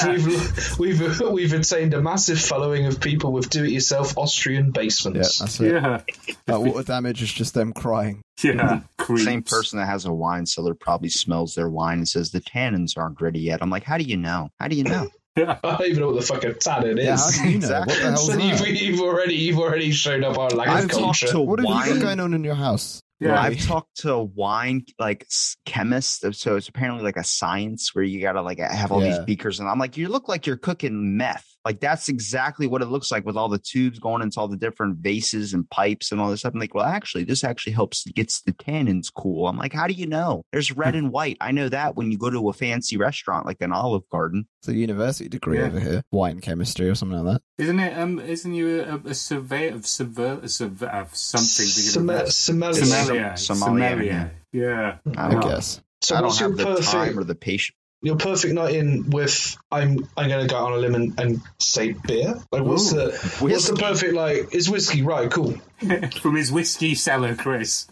Speaker 1: we've, we've, we've attained a massive following of people with do it yourself Austrian
Speaker 3: Yeah,
Speaker 1: basements.
Speaker 3: that's it.
Speaker 2: yeah,
Speaker 3: That water damage is just them crying.
Speaker 2: yeah, creeps.
Speaker 4: Mm-hmm. Same person that has
Speaker 3: *laughs*
Speaker 4: a wine cellar probably smells their wine and says the tannins aren't ready yet. I'm like, how do you know? How do you know?
Speaker 2: *laughs* Yeah.
Speaker 1: *laughs* I don't even know what the fuck a tannin
Speaker 3: Yeah,
Speaker 1: *laughs*
Speaker 3: how
Speaker 1: is.
Speaker 3: do you know? What the
Speaker 4: Exactly.
Speaker 3: hell's
Speaker 1: so you've,
Speaker 3: that?
Speaker 1: you've already you've already shown up our lack
Speaker 4: I've
Speaker 1: of
Speaker 4: talked
Speaker 1: culture.
Speaker 4: to
Speaker 3: What have you
Speaker 4: wine-
Speaker 3: got going on in your house?
Speaker 2: Yeah.
Speaker 3: Right.
Speaker 4: I've talked to wine like s- chemists, so it's apparently like a science where you gotta like have all these
Speaker 3: Yeah.
Speaker 4: beakers, and I'm like, you look like you're cooking meth. Like that's exactly what it looks like with all the tubes going into all the different vases and pipes and all this stuff. I'm like, well, actually, this actually helps gets the tannins cool. I'm like, how do you know? There's
Speaker 3: Hmm.
Speaker 4: red and white. I know that when you go to a fancy restaurant like an Olive Garden.
Speaker 3: It's a university degree
Speaker 2: Yeah.
Speaker 3: over here, wine chemistry or something like that.
Speaker 2: Isn't it? Um, isn't you a, a survey of subver of, subver- of something? beginning
Speaker 1: Somal-
Speaker 2: with that?
Speaker 1: Somalia.
Speaker 4: Somalia.
Speaker 2: Somalia.
Speaker 4: Somalia, yeah.
Speaker 2: Somalia. Yeah.
Speaker 4: I
Speaker 3: I
Speaker 4: don't, know.
Speaker 3: guess.
Speaker 1: So
Speaker 4: I don't
Speaker 1: what's your
Speaker 4: have the time or
Speaker 1: perfect
Speaker 4: the patience.
Speaker 1: your perfect night in with I'm I'm gonna go out on a limb and, and say beer? Like what's
Speaker 2: Ooh,
Speaker 1: the what's the
Speaker 4: whiskey.
Speaker 1: perfect like is whiskey, right, cool.
Speaker 2: *laughs* From his whiskey cellar, Chris.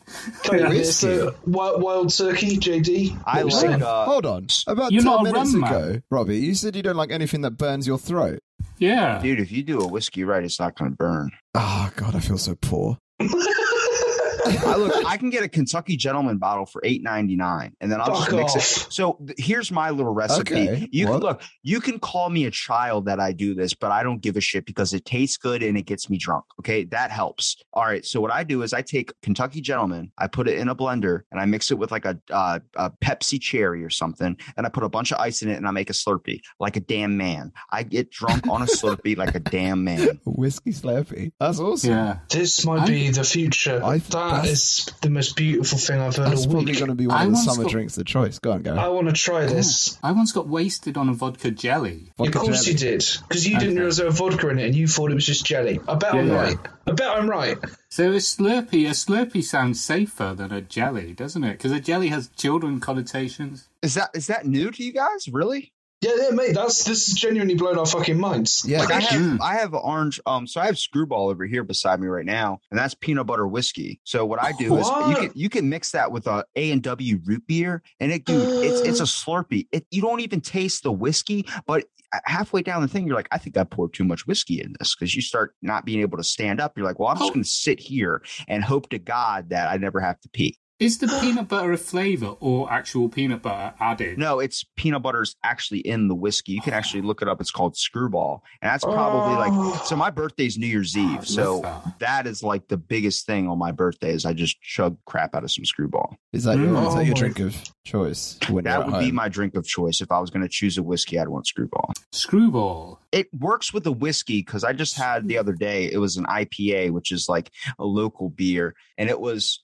Speaker 1: Totally.
Speaker 3: Whiskey.
Speaker 1: So, wild, wild turkey, JD.
Speaker 4: I
Speaker 1: What was
Speaker 4: like
Speaker 1: that?
Speaker 4: uh,
Speaker 3: Hold on. About
Speaker 2: you're
Speaker 3: 10
Speaker 2: not a
Speaker 3: minutes
Speaker 2: rum
Speaker 3: ago, Robbie, you said you don't like anything that burns your throat.
Speaker 2: Yeah.
Speaker 4: dude. If you do a whiskey right, it's not gonna burn.
Speaker 3: Oh, God, I feel so poor.
Speaker 4: *laughs*
Speaker 1: *laughs*
Speaker 4: I look, I can get a Kentucky gentleman bottle for eight ninety nine, and then I'll
Speaker 1: Fuck
Speaker 4: just
Speaker 1: off.
Speaker 4: mix it. So th- here's my little recipe.
Speaker 3: Okay,
Speaker 4: You can,
Speaker 3: what?
Speaker 4: look, you can call me a child that I do this, but I don't give a shit because it tastes good and it gets me drunk. Okay, that helps. All right, so what I do is I take Kentucky gentleman, I put it in a blender, and I mix it with like a, uh, a Pepsi cherry or something, and I put a bunch of ice in it, and I make a Slurpee like a damn man. I get drunk on a Slurpee like a damn man.
Speaker 3: Whiskey Slurpee. That's awesome.
Speaker 2: Yeah.
Speaker 1: This might be the future.
Speaker 3: I-
Speaker 1: that is the most beautiful thing I've heard
Speaker 3: That's
Speaker 1: all
Speaker 3: probably
Speaker 1: week.
Speaker 3: going to be one
Speaker 2: I
Speaker 3: of the
Speaker 2: once
Speaker 3: summer
Speaker 2: got-
Speaker 3: drinks of choice. Go on,
Speaker 1: I
Speaker 3: go.
Speaker 1: want to try this.
Speaker 2: I once got wasted on a vodka jelly.
Speaker 1: of course you did, because you didn't
Speaker 2: Okay.
Speaker 1: realize there was vodka in it, and you thought it was just jelly. I bet I'm
Speaker 2: Yeah.
Speaker 1: right. I bet I'm right.
Speaker 2: So a Slurpee, a Slurpee sounds safer than a jelly, doesn't it? Because a jelly has children connotations.
Speaker 4: *laughs* Is that is that new to you guys? Really?
Speaker 1: Yeah, yeah, mate. That's this is genuinely blown our fucking minds.
Speaker 3: Yeah.
Speaker 4: Like I
Speaker 2: Thank
Speaker 4: have,
Speaker 2: you.
Speaker 4: I have orange. Um, so I have screwball over here beside me right now, and that's peanut butter whiskey. So what I do is you
Speaker 1: What?
Speaker 4: can you can mix that with a A and W root beer, and it dude, it's
Speaker 1: *gasps*
Speaker 4: it's a Slurpee. It, you don't even taste the whiskey, but halfway down the thing, you're like, I think I poured too much whiskey in this because you start not being able to stand up. You're like, well, I'm just
Speaker 2: Oh.
Speaker 4: going to sit here and hope to God that I never have to pee.
Speaker 2: Is the peanut butter a flavour or actual peanut butter added?
Speaker 4: No, it's peanut butter's actually in the whiskey. You can actually look it up. It's called screwball, and that's probably like
Speaker 1: Oh.
Speaker 4: so my birthday's New Year's
Speaker 2: Oh, I
Speaker 4: Eve.
Speaker 2: love
Speaker 4: so
Speaker 2: that.
Speaker 4: that is like the biggest thing on my birthday is I just chug crap out of some screwball.
Speaker 3: Is that, your,
Speaker 2: Mm.
Speaker 3: is that your
Speaker 1: Oh,
Speaker 3: drink of choice? When you're
Speaker 4: That
Speaker 3: at
Speaker 4: would be
Speaker 3: home?
Speaker 4: my drink of choice. If I was going to choose a whiskey, I'd want screwball.
Speaker 2: Screwball.
Speaker 4: *laughs* It works with a whiskey because I just had the other day, it was an IPA, which is like a local beer. And it was,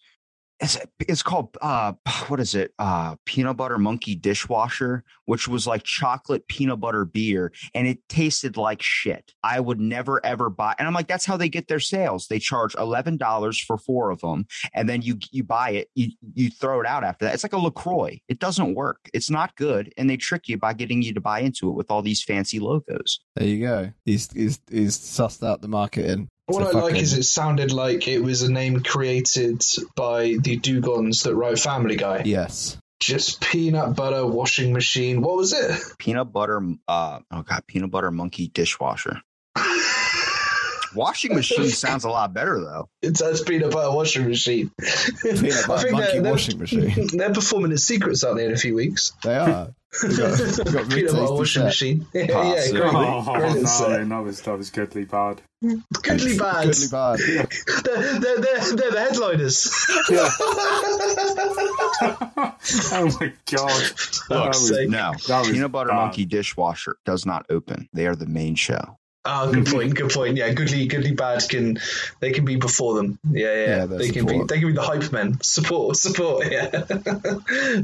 Speaker 4: it's, it's called, uh, *sighs* what is it? Uh, peanut butter monkey dishwasher, which was like chocolate peanut butter beer. And it tasted like shit. I would never, ever buy. And I'm like, that's how they get their sales. They charge $11 for four of them. and then you you buy it, you you throw it out after that. It's like a Lacroix. It doesn't work. It's not good, and they trick you by getting you to buy into it with all these fancy logos.
Speaker 3: There you go. He's, he's, he's sussed out the marketing.
Speaker 1: What
Speaker 3: So
Speaker 1: I like
Speaker 3: fucking-
Speaker 1: is it sounded like it was a name created by the Dugons that wrote Family Guy.
Speaker 3: Yes.
Speaker 1: Just peanut butter washing machine. What was it? *laughs*
Speaker 4: Peanut butter, uh, oh god, peanut butter monkey dishwasher.
Speaker 1: *laughs*
Speaker 4: Washing machine sounds a lot better though.
Speaker 1: It says peanut butter washing
Speaker 3: *laughs*
Speaker 1: machine.
Speaker 3: Peanut butter monkey washing machine.
Speaker 1: *laughs* They're performing at Secrets out there in a few weeks.
Speaker 3: They are. *laughs* We've got, we've got really
Speaker 1: Peanut butter
Speaker 3: tasty
Speaker 1: washing
Speaker 3: set.
Speaker 1: machine. *laughs* Yeah, yeah,
Speaker 4: Classic.
Speaker 1: great,
Speaker 2: Oh,
Speaker 1: great
Speaker 2: no,
Speaker 1: set.
Speaker 2: that was that was goodly bad.
Speaker 1: *laughs* Goodly Uh,
Speaker 3: Goodly
Speaker 1: bags.
Speaker 3: bad.
Speaker 1: *laughs* They're, they're, they're, they're the headliners. *laughs*
Speaker 2: Yeah. *laughs* oh my god. That was-
Speaker 1: sake.
Speaker 4: No,
Speaker 2: that was
Speaker 4: peanut butter
Speaker 2: bad.
Speaker 4: monkey dishwasher does not open. They are the main show.
Speaker 1: Ah, good point. Good point. Yeah, goodly, goodly bad can they can be before them. Yeah, yeah.
Speaker 3: Yeah, they're
Speaker 1: they can
Speaker 3: support.
Speaker 1: be. They can be the hype men. Support, *laughs* support. Yeah,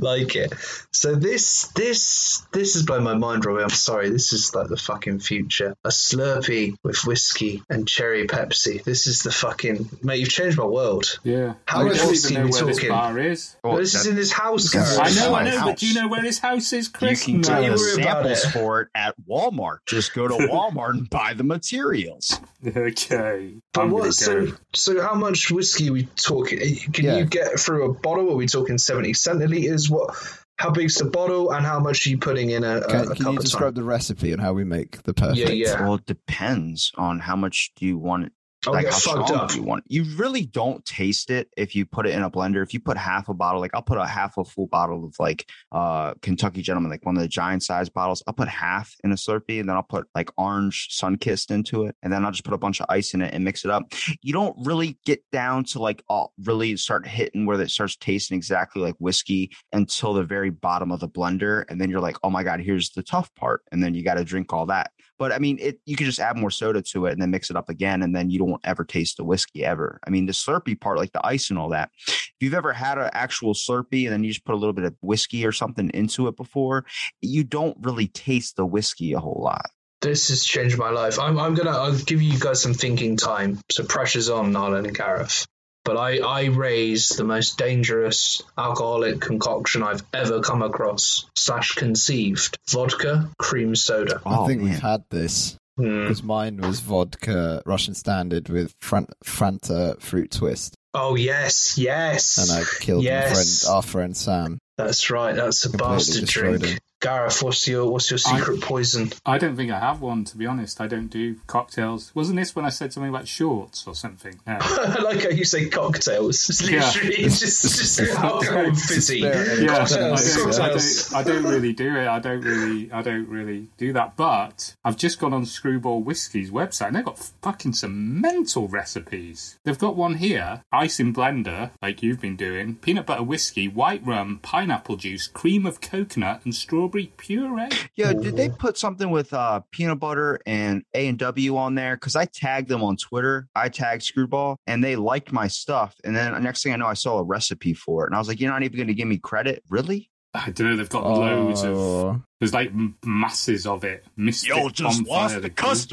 Speaker 1: like it. So this, this, this has blown my mind, Robbie. I'm sorry. This is like the fucking future. A Slurpee with whiskey and cherry Pepsi. This is the fucking mate. You've changed my world.
Speaker 2: Yeah.
Speaker 1: How
Speaker 2: I
Speaker 1: much
Speaker 2: don't
Speaker 1: whiskey
Speaker 2: even
Speaker 1: are
Speaker 2: know
Speaker 1: we
Speaker 2: where this
Speaker 1: talking?
Speaker 2: bar is.
Speaker 4: Well,
Speaker 1: this is
Speaker 4: that-
Speaker 1: in this house, guys.
Speaker 2: I know, I
Speaker 4: my
Speaker 2: know, but do you
Speaker 4: house.
Speaker 2: know where his house is,
Speaker 4: you
Speaker 2: Chris? No.
Speaker 4: can get
Speaker 1: Don't
Speaker 4: the
Speaker 1: worry about
Speaker 4: samples
Speaker 1: it.
Speaker 4: for it at Walmart.
Speaker 1: *laughs*
Speaker 4: Just go to Walmart and buy the materials.
Speaker 2: *laughs* Okay.
Speaker 1: But
Speaker 2: I'm
Speaker 1: what-
Speaker 2: gonna
Speaker 1: so,
Speaker 2: go.
Speaker 1: so how much whiskey are we talking? Can
Speaker 3: Yeah.
Speaker 1: you get through a bottle? Are we talking seventy centiliters? What? How big's the bottle, and how much are you putting in a, a-
Speaker 3: Can,
Speaker 1: a
Speaker 3: can
Speaker 1: cup
Speaker 3: you
Speaker 1: of
Speaker 3: describe
Speaker 1: time?
Speaker 3: the recipe and how we make the perfect?
Speaker 1: Yeah.
Speaker 4: Well, it depends on how much do you want it
Speaker 1: I'll
Speaker 4: like
Speaker 1: get
Speaker 4: how
Speaker 1: fucked
Speaker 4: strong
Speaker 1: Oh, up.
Speaker 4: you want. You really don't taste it if you put it in a blender. If you put half a bottle, like I'll put a half a full bottle of like uh Kentucky Gentleman, like one of the giant size bottles. I'll put half in a Slurpee and then I'll put like orange sun kissed into it, and then I'll just put a bunch of ice in it and mix it up. You don't really get down to like oh really start hitting where it starts tasting exactly like whiskey until the very bottom of the blender, and then you're like, oh my god, here's the tough part, and then you got to drink all that. But I mean, it you could just add more soda to it and then mix it up again, and then you don't ever taste the whiskey ever. I mean, the Slurpee part, like the ice and all that. If you've ever had an actual Slurpee and then you just put a little bit of whiskey or something into it before, you don't really taste the whiskey a whole lot.
Speaker 1: This has changed my life. I'm, I'm gonna I'll give you guys some thinking time. So pressure's on, Narlan and Gareth. But I, I raise the most dangerous alcoholic concoction I've ever come across, slash conceived. Vodka, cream soda.
Speaker 3: I think we've had this
Speaker 1: Hmm.
Speaker 3: *laughs* because mine was vodka Russian standard with Fran- Franta fruit twist,
Speaker 1: Oh yes, yes.
Speaker 3: and I killed my
Speaker 1: Yes.
Speaker 3: friend, our friend Sam.
Speaker 1: That's right. That's a
Speaker 3: Completely
Speaker 1: bastard
Speaker 3: destroyed
Speaker 1: drink.
Speaker 3: him.
Speaker 1: Gareth, what's your what's your
Speaker 2: I-
Speaker 1: secret poison? *laughs*
Speaker 2: I don't think I have one, to be honest. I don't do cocktails. Wasn't this when I said something about shorts or something? No.
Speaker 1: I like how you say cocktails. It's
Speaker 2: Yeah.
Speaker 1: literally it's just just alcohol and fizzy.
Speaker 3: Fair enough.
Speaker 2: yeah, I don't,
Speaker 1: Cocktails, cocktails.
Speaker 2: I, don't, I don't really do it. I don't really, I don't really do that. But I've just gone on Screwball Whiskey's website, and they've got fucking some mental recipes. They've got one here: ice in blender, like you've been doing, peanut butter whiskey, white rum, pineapple juice, cream of coconut, and strawberry puree.
Speaker 4: Yeah, did they put something with uh, peanut butter and A and W on there? Because I tagged them on Twitter. I tagged Screwball, and they liked my stuff. And then the next thing I know, I saw a recipe for it, and I was like, "You're not even going to give me credit, really?"
Speaker 2: I don't know. They've got loads of.
Speaker 3: Oh.
Speaker 2: There's like m- masses of it. Mystic Bonfire that goes- *laughs*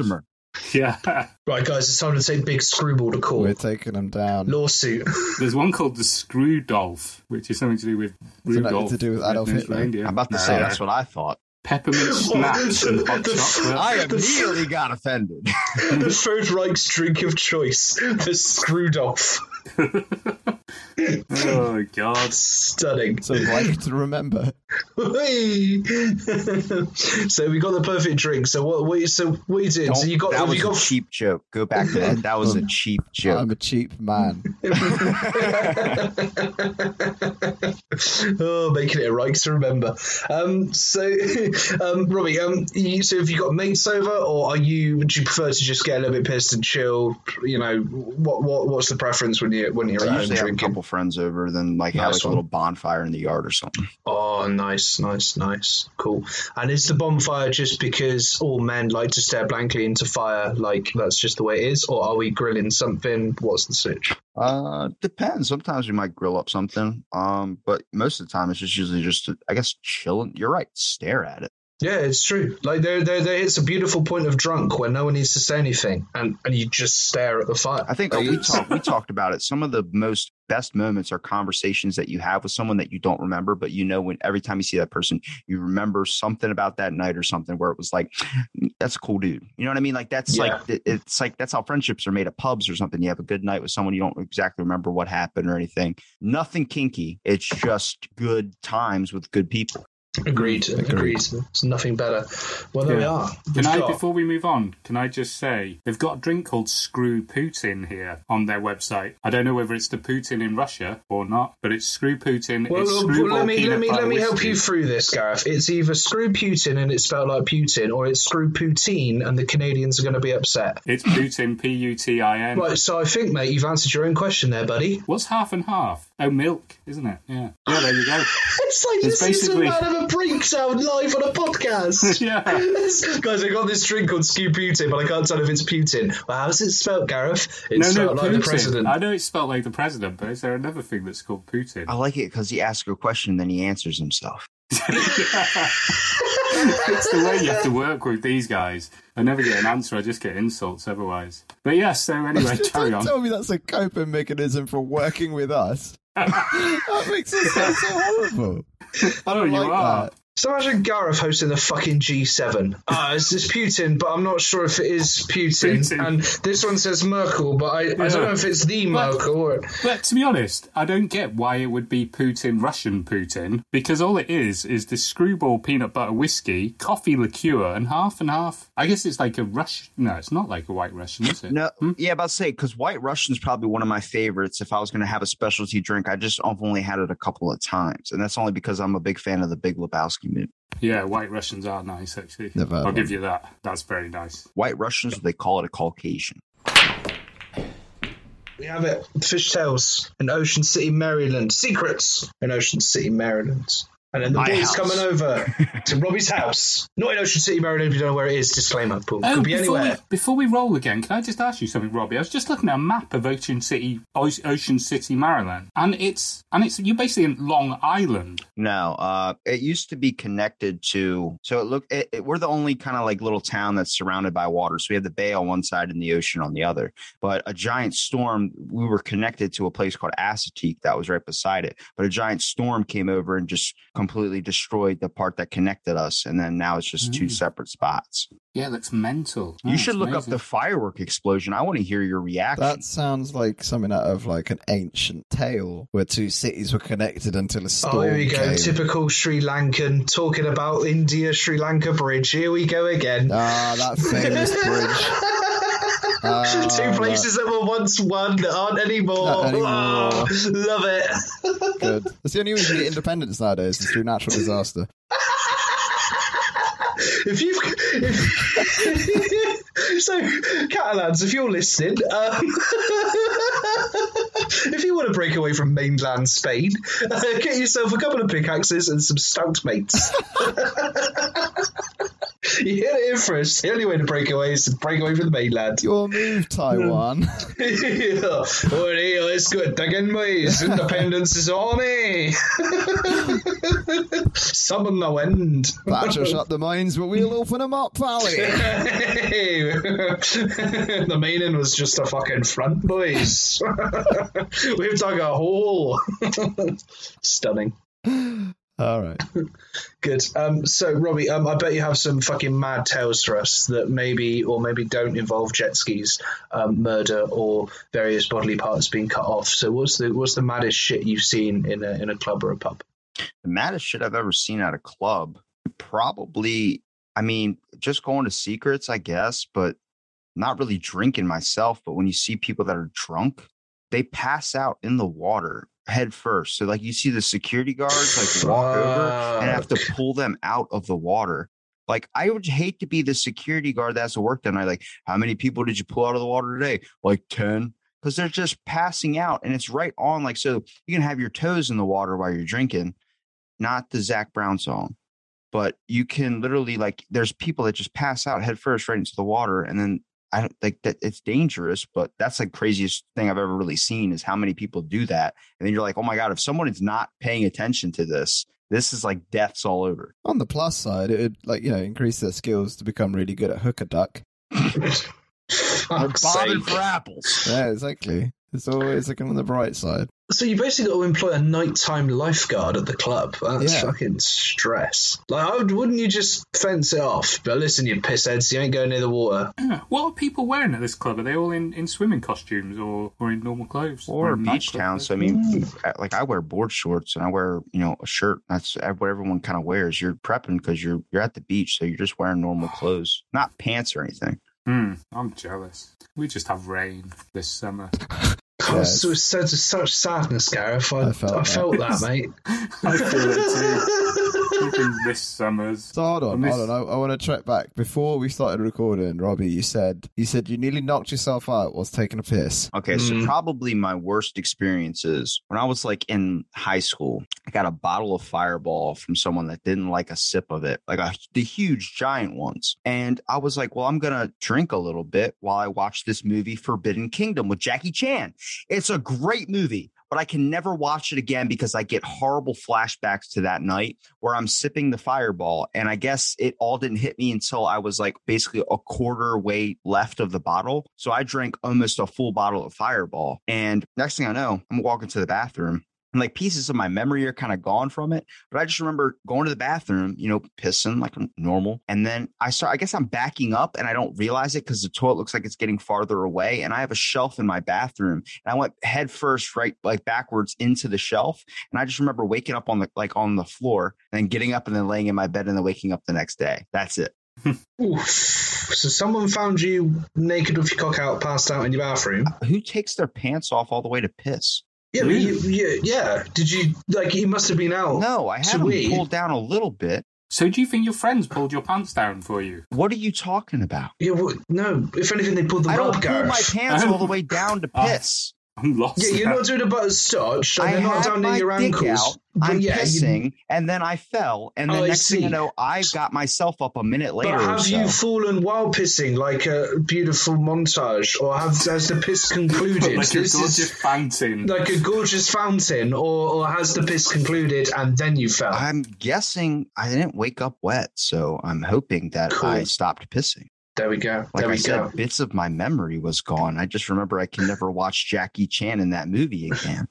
Speaker 2: Yeah.
Speaker 1: Right, guys, it's time to take Big Screwball to court.
Speaker 3: Oh, We're taking them
Speaker 2: um, *laughs*
Speaker 3: down.
Speaker 1: Lawsuit. *laughs*
Speaker 2: There's one called the Screwdolph, which is something to do with
Speaker 3: nothing
Speaker 2: Rudolph.
Speaker 3: to do with Adolf
Speaker 2: Red-Nosed
Speaker 3: Hitler.
Speaker 2: Reindeer.
Speaker 4: I'm about to
Speaker 2: No.
Speaker 4: say
Speaker 1: Uh,
Speaker 4: that's what I thought.
Speaker 1: *laughs*
Speaker 2: Peppermint schnapps and hot chocolate.
Speaker 4: I immediately got offended.
Speaker 1: the Third Reich's drink of choice, the Screwdolf.
Speaker 2: oh God!
Speaker 1: Stunning. *laughs*
Speaker 3: So like to remember.
Speaker 1: Whee! *laughs* so we got the perfect drink. So what? what so what you did?
Speaker 4: Don't-
Speaker 1: So you got?
Speaker 4: that
Speaker 1: Have
Speaker 4: was
Speaker 1: you
Speaker 4: a
Speaker 1: got?
Speaker 4: cheap joke. Go back to that. That was a cheap
Speaker 3: I'm
Speaker 4: joke.
Speaker 3: a
Speaker 2: *laughs*
Speaker 3: cheap man.
Speaker 1: *laughs* oh, making it a right to remember. Um, so, *laughs* um, Robbie, um, you, so have you got mates over, or are you? Would you prefer to just get a little bit pissed and chill? You know, what what what's the preference when you when you're
Speaker 4: I
Speaker 1: at home
Speaker 4: usually have a
Speaker 1: drinking?
Speaker 4: couple friends over, then like have
Speaker 1: Nice
Speaker 4: like a
Speaker 1: one.
Speaker 4: little bonfire in the yard or something.
Speaker 1: Oh, nice, nice, nice, cool. And is the bonfire just because all men like to stare blankly into fire, like that's just the way it is, or are we grilling something? What's the switch?
Speaker 4: Uh, depends. Sometimes we might grill up something. Um, but most of the time it's just usually just to, I guess chilling. You're right. Stare at it.
Speaker 1: Yeah, it's true. Like there, there, there, it's a beautiful point of drunk where no one needs to say anything, and and you just stare at the fire.
Speaker 4: I think uh, we talked we talked about it. Some of the most best moments are conversations that you have with someone that you don't remember, but you know when every time you see that person, you remember something about that night or something where it was like, "Mm, that's a cool dude. You know what I mean? Like that's
Speaker 1: Yeah.
Speaker 4: like it- it's like that's how friendships are made at pubs or something. You have a good night with someone you don't exactly remember what happened or anything. Nothing kinky. It's just good times with good people.
Speaker 1: Agreed. Agreed. It's nothing better. Well, there we
Speaker 2: Yeah.
Speaker 1: are.
Speaker 2: Can
Speaker 1: We've
Speaker 2: I,
Speaker 1: got-
Speaker 2: before we move on, can I just say they've got a drink called Screw Putin here on their website. I don't know whether it's the Putin in Russia or not, but it's Screw Putin.
Speaker 1: Well,
Speaker 2: it's
Speaker 1: well,
Speaker 2: screwball
Speaker 1: let me
Speaker 2: peanut
Speaker 1: let me
Speaker 2: butter
Speaker 1: let me help
Speaker 2: whiskey.
Speaker 1: you through this, Gareth. It's either screw Putin and it's spelled like Putin, or it's screw Poutine and the Canadians are going to be upset.
Speaker 2: It's Putin, P U T I N.
Speaker 1: Right, so I think, mate, you've answered your own question there, buddy.
Speaker 2: What's half and half? Oh, milk, isn't it? Yeah. Yeah, there you go.
Speaker 1: It's like
Speaker 2: It's
Speaker 1: this
Speaker 2: basically-
Speaker 1: is a man of a breakdown live on a podcast.
Speaker 2: *laughs* yeah.
Speaker 1: Guys, I got this drink called Skew Putin, but I can't tell if it's Putin. Well, how's it spelt, Gareth? It's spelled like the
Speaker 2: Putin.
Speaker 1: president.
Speaker 2: I know it's spelled like the president, but is there another thing that's called Putin?
Speaker 1: Oh.
Speaker 4: I like it because he asks a question, then he answers himself.
Speaker 2: *laughs* it's the way you have to work with these guys. I never get an answer, I just get insults otherwise. But yeah, so
Speaker 1: *laughs*
Speaker 2: anyway, carry
Speaker 3: *laughs* Don't
Speaker 2: on.
Speaker 3: tell me that's a coping mechanism
Speaker 2: *laughs*
Speaker 3: for working with us. that makes us sound so horrible.
Speaker 2: Oh, you
Speaker 3: like
Speaker 2: are.
Speaker 3: that.
Speaker 1: So imagine Gareth hosting the fucking G7. Ah, it's this Putin, but I'm not sure if it is Putin.
Speaker 2: Putin.
Speaker 1: And this one says Merkel, but I, I
Speaker 2: Yeah.
Speaker 1: don't know if it's the
Speaker 2: But-
Speaker 1: Merkel or.
Speaker 2: But to be honest, I don't get why it would be Putin, Russian Putin, because all it is is this screwball peanut butter whiskey, coffee liqueur, and half and half. I guess it's like a Russian. No, it's not like a white Russian, is it?
Speaker 4: No, yeah, about to say because White Russian's probably one of my favorites. If I was going to have a specialty drink, I just have only had it a couple of times, and that's only because I'm a big fan of the Big Lebowski movie.
Speaker 2: Yeah, white Russians are nice, actually.
Speaker 3: Never had
Speaker 2: I'll
Speaker 3: one.
Speaker 2: give you that. That's very nice.
Speaker 4: White Russians, they call it a Caucasian.
Speaker 1: We have it. Fish Tales in Ocean City, Maryland. Secrets in Ocean City, Maryland. And then the
Speaker 4: My
Speaker 1: boys
Speaker 4: house.
Speaker 1: coming
Speaker 3: *laughs*
Speaker 1: over to Robbie's house. Not in Ocean City, Maryland, if you don't know where it is. Disclaimer. Boom.
Speaker 3: Oh,
Speaker 1: Could be
Speaker 2: Oh, before,
Speaker 1: anywhere.
Speaker 2: We, before we roll again, can I just ask you something, Robbie? I was just looking at a map of Ocean City, O- Ocean City, Maryland, and it's and it's you're basically in Long Island.
Speaker 4: No, uh, it used to be connected to. So it look, it, it- we're the only kind of like little town that's surrounded by water. So we have the bay on one side and the ocean on the other. But a giant storm, we were connected to a place called Assateague that was right beside it. But a giant storm came over and just completely destroyed the part that connected us. And then now it's just two
Speaker 2: Mm.
Speaker 4: separate spots.
Speaker 2: Yeah, that's mental.
Speaker 4: You should look up the
Speaker 2: the.
Speaker 4: firework explosion. I want to hear your reaction.
Speaker 3: That sounds like something out of like an ancient tale where two cities were connected until a storm
Speaker 1: Oh, here we go.
Speaker 3: came.
Speaker 1: Typical Sri Lankan talking about India Sri Lanka bridge. Here we go again.
Speaker 3: Ah, that famous bridge. Ah,
Speaker 1: *laughs* Two places that were once one that aren't anymore.
Speaker 3: Not anymore.
Speaker 1: Ah, love it.
Speaker 3: that- Good. That's the only way you can get independence nowadays is through natural disaster.
Speaker 1: if you've if, *laughs* so Catalans, if you're listening, um, *laughs* if you want to break away from mainland Spain, uh, get yourself a couple of pickaxes and some stout mates. *laughs* you hear it here first. The only way to break away is to break away from the mainland. *laughs*
Speaker 3: Your move, *laughs* Taiwan.
Speaker 1: yeah. All right, let's go digging, boys. Independence is on, eh? *laughs* Summon the wind.
Speaker 3: Thatcher shut the mines, but we'll open them up, Pally.
Speaker 1: *laughs* the meaning was just a fucking front, boys. *laughs* We've dug a hole. *laughs* Stunning.
Speaker 3: All right.
Speaker 1: Good. Um, so, Robbie, um, I bet you have some fucking mad tales for us that maybe or maybe don't involve jet skis, um, murder, or various bodily parts being cut off. So, what's the what's the maddest shit you've seen in a in a club or a pub?
Speaker 4: the maddest shit I've ever seen at a club. Probably, I mean, just going to secrets, I guess, but not really drinking myself. But when you see people that are drunk, they pass out in the water head first. So, like, you see the security guards like walk over and have to pull them out of the water. Like, I would hate to be the security guard that has to work that night. Like, how many people did you pull out of the water today? Like 10. Because they're just passing out and it's right on. Like, so you can have your toes in the water while you're drinking, not the Zach Brown song, but you can literally, like, there's people that just pass out head first right into the water. And then I don't think that it's dangerous, but that's the craziest thing I've ever really seen is how many people do that. And then you're like, oh my God, if someone is not paying attention to this, this is like deaths all over.
Speaker 3: On the plus side, it would like you know increase their skills to become really good at hooker duck.
Speaker 4: We're
Speaker 1: *laughs* Fuck's
Speaker 4: bothered
Speaker 1: sake.
Speaker 4: for apples.
Speaker 3: Yeah, exactly. It's always looking on the bright side.
Speaker 1: So you basically got to employ a nighttime lifeguard at the club. That's
Speaker 3: Yeah.
Speaker 1: fucking stress. Like, I would, wouldn't you just fence it off? But listen, you pissheads, you ain't going near the water.
Speaker 2: Yeah. *clears throat* What are people wearing at this club? Are they all in, in swimming costumes or, or in normal clothes?
Speaker 4: Or a
Speaker 2: in
Speaker 4: beach
Speaker 2: nightclub
Speaker 4: town.
Speaker 2: clothes?
Speaker 4: So I mean, I- like I wear board shorts and I wear you know a shirt. That's what everyone kind of wears. You're prepping because you're you're at the beach, so you're just wearing normal clothes, not pants or anything.
Speaker 2: Hmm, I'm jealous. We just have rain this summer. *laughs*
Speaker 1: I was
Speaker 3: Yes.
Speaker 1: so sense of such sadness, Gareth. I, I
Speaker 3: I felt
Speaker 1: felt,
Speaker 3: that.
Speaker 1: that, mate.
Speaker 4: *laughs*
Speaker 1: *laughs*
Speaker 2: I feel it too. Even this summer's.
Speaker 3: So hold on,
Speaker 2: I miss-
Speaker 3: hold on. I, I want to track back before we started recording. Robbie, you said you said you nearly knocked yourself out whilst taking a piss.
Speaker 4: Okay,
Speaker 1: Mm.
Speaker 4: so probably my worst experiences when I was like in high school, I got a bottle of Fireball from someone that didn't like a sip of it, like a, the huge giant ones. And I was like, well, I'm going to drink a little bit while I watch this movie, Forbidden Kingdom with Jackie Chan. It's a great movie, but I can never watch it again because I get horrible flashbacks to that night where I'm sipping the fireball. And I guess it all didn't hit me until I was like basically a quarter way left of the bottle. So I drank almost a full bottle of fireball. And next thing I know, I'm walking to the bathroom and like pieces of my memory are kind of gone from it. But I just remember going to the bathroom, you know, pissing like normal. And then I start, I guess I'm backing up and I don't realize it because the toilet looks like it's getting farther away. And I have a shelf in my bathroom and I went head first, right, like backwards into the shelf. And I just remember waking up on the, like on the floor and then getting up and then laying in my bed and then waking up the next day. That's it.
Speaker 1: Oof. So someone found you naked with your cock out, passed out in your bathroom.
Speaker 4: Who takes their pants off all the way to piss?
Speaker 1: Yeah, but you, you, yeah. Did you like? You must have been out.
Speaker 4: No, I had
Speaker 1: So
Speaker 4: them
Speaker 1: we-
Speaker 4: pulled down a little bit.
Speaker 2: So do you think your friends pulled your pants down for you?
Speaker 4: What are you talking about?
Speaker 1: Yeah, well, no. If anything, they pulled them
Speaker 4: I don't
Speaker 1: up,
Speaker 4: pull
Speaker 1: Gareth.
Speaker 4: my pants
Speaker 1: *laughs*
Speaker 4: all the way down to
Speaker 1: Ah.
Speaker 2: Oh.
Speaker 4: piss.
Speaker 2: I'm lost.
Speaker 1: Yeah, you're
Speaker 2: now.
Speaker 1: not doing a butterscotch, and
Speaker 4: I
Speaker 1: you're not
Speaker 4: had
Speaker 1: down near
Speaker 4: my
Speaker 1: your
Speaker 4: dick out.
Speaker 1: ankles. but
Speaker 4: I'm
Speaker 1: yeah, you-
Speaker 4: pissing, and then I fell, and then
Speaker 1: Oh, I
Speaker 4: next thing
Speaker 1: see.
Speaker 4: you know, I got myself up a minute later.
Speaker 1: But
Speaker 4: or
Speaker 1: have you
Speaker 4: so.
Speaker 1: fallen while pissing, like a beautiful montage, or have has the
Speaker 4: *laughs*
Speaker 1: piss concluded?
Speaker 2: *laughs* like you're
Speaker 1: this
Speaker 2: gorgeous
Speaker 1: is
Speaker 2: fountain.
Speaker 1: like a gorgeous fountain, or, or has the piss concluded and then you fell?
Speaker 4: I'm guessing I didn't wake up wet, so I'm hoping that
Speaker 1: Cool.
Speaker 4: I stopped pissing.
Speaker 1: there we go.
Speaker 4: Like
Speaker 1: there
Speaker 4: I
Speaker 1: we
Speaker 4: said,
Speaker 1: go.
Speaker 4: bits of my memory was gone. I just remember I can never watch Jackie Chan in that movie
Speaker 1: *laughs*
Speaker 4: again.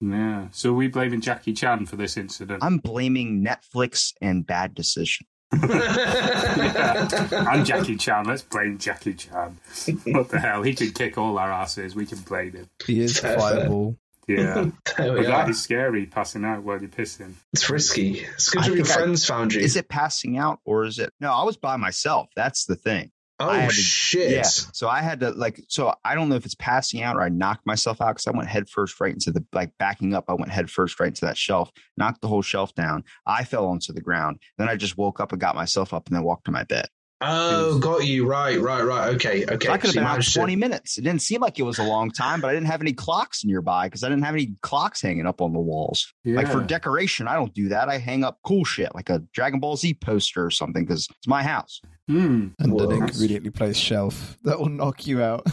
Speaker 2: Yeah. So are we blaming Jackie Chan for this
Speaker 4: *laughs*
Speaker 2: incident *laughs*
Speaker 4: I'm blaming Netflix and bad decision. *laughs*
Speaker 2: and Jackie Chan. Let's blame Jackie Chan. What the hell? He can kick all our asses. We can blame him.
Speaker 3: He *laughs* is
Speaker 1: Fair,
Speaker 3: fireball.
Speaker 2: Yeah.
Speaker 1: *laughs* There we
Speaker 2: But that
Speaker 1: are.
Speaker 2: is scary passing out while you're pissing.
Speaker 1: It's risky. It's good
Speaker 4: I
Speaker 1: to your
Speaker 4: think I-
Speaker 1: friends found you.
Speaker 4: Is it passing out or is it? No, I was by myself. That's the thing.
Speaker 1: oh
Speaker 4: I had to-
Speaker 1: shit!
Speaker 4: Yeah. So I had to like, so I don't know if it's passing out or I knocked myself out because I went head first right into the like backing up. I went head first right into that shelf, knocked the whole shelf down. I fell onto the ground. Then I just woke up and got myself up and then walked to my bed.
Speaker 1: Oh, got you. Right, right, right. Okay, okay.
Speaker 4: So I
Speaker 1: So you
Speaker 4: could have been out
Speaker 1: managed to- *laughs*
Speaker 4: 20 minutes. It didn't seem like it was a long time, but I didn't have any clocks nearby because I didn't have any clocks hanging up on the walls. Like for
Speaker 2: Yeah.
Speaker 4: decoration, I don't do that. I hang up cool shit like a Dragon Ball Z poster or something because it's my house.
Speaker 2: Hmm.
Speaker 3: And
Speaker 1: Whoa.
Speaker 3: an inconveniently placed shelf that will knock you out.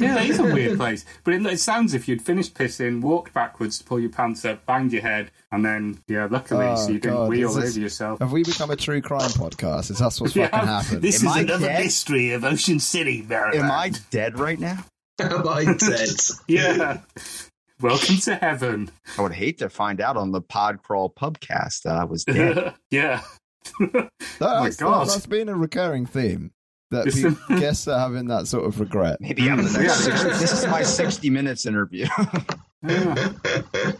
Speaker 2: Yeah, that is a weird place. But it, it sounds if you'd finished pissing, walked backwards to pull your pants up, banged your head, and then, yeah, luckily,
Speaker 3: Oh,
Speaker 2: so you didn't
Speaker 3: God,
Speaker 2: wheel
Speaker 3: this is-
Speaker 2: over yourself.
Speaker 3: Have we become a true crime podcast? Is that what's
Speaker 2: *laughs* Yeah,
Speaker 3: fucking happened?
Speaker 2: This
Speaker 4: Am
Speaker 2: is
Speaker 4: I
Speaker 2: another
Speaker 4: dead?
Speaker 2: mystery of Ocean City, Maryland.
Speaker 4: Am I dead right now?
Speaker 1: Am I dead?
Speaker 4: *laughs*
Speaker 2: Yeah. *laughs* Welcome to heaven.
Speaker 4: I would hate to find out on the Pod Crawl Pubcast that
Speaker 1: *laughs*
Speaker 4: I was dead.
Speaker 2: Yeah. yeah.
Speaker 3: That-
Speaker 2: Oh my
Speaker 3: that's,
Speaker 2: God.
Speaker 3: that's been a recurring theme that
Speaker 2: It's-
Speaker 3: people
Speaker 2: *laughs*
Speaker 3: guess are having that sort of regret.
Speaker 4: Maybe I'm the next.
Speaker 2: Yeah.
Speaker 4: 60 this is my 60 minutes
Speaker 1: *laughs*
Speaker 4: interview.
Speaker 2: *laughs* Yeah.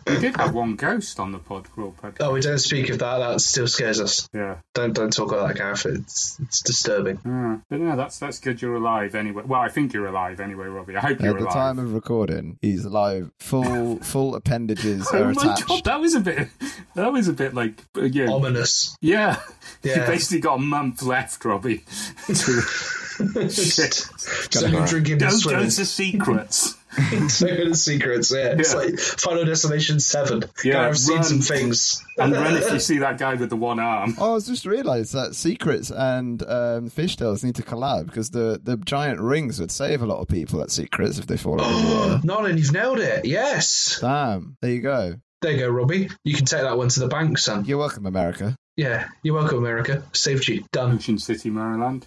Speaker 2: we did have one ghost on the pod crawl podcast.
Speaker 1: *laughs* oh, we don't speak of that. That still scares us.
Speaker 2: Yeah.
Speaker 1: Don't don't talk about that, Gareth. It's it's disturbing.
Speaker 2: Yeah. But no, that's that's good you're alive anyway. Well, I think you're alive anyway, Robbie. I hope you're
Speaker 3: At the
Speaker 2: alive.
Speaker 3: time of recording, he's alive.
Speaker 2: *laughs*
Speaker 3: Full full appendages
Speaker 2: oh
Speaker 3: are
Speaker 2: my
Speaker 3: attached.
Speaker 2: god, that was a bit that was a bit like uh, yeah. *laughs*
Speaker 1: Ominous.
Speaker 2: yeah. You
Speaker 1: Oh. Yeah.
Speaker 2: basically got a month left,
Speaker 1: *laughs*
Speaker 2: Robbie. *laughs* to
Speaker 1: Just- *laughs* so
Speaker 3: Gotta go.
Speaker 1: you're drinking and
Speaker 2: don't go
Speaker 1: swimming.
Speaker 2: to secrets.
Speaker 1: *laughs* So you're in secrets. Yeah. it's
Speaker 2: Yeah.
Speaker 1: like Final Destination Seven.
Speaker 2: Yeah,
Speaker 1: Gareth's seen
Speaker 2: run.
Speaker 1: some things.
Speaker 2: and run if you see that guy with the one arm.
Speaker 3: Oh, I was just realised that secrets and um, fishtails need to collab because the, the giant rings would save a lot of people at secrets if they fall over the
Speaker 2: *gasps*
Speaker 3: water.
Speaker 1: *gasps* Nolan, you've nailed it. Yes.
Speaker 3: Damn, there you go.
Speaker 1: There you go, Robbie. You can take that one to the bank, son.
Speaker 3: You're welcome, America.
Speaker 1: Yeah. You're welcome, America. Saved you. Done.
Speaker 2: Ocean City, Maryland.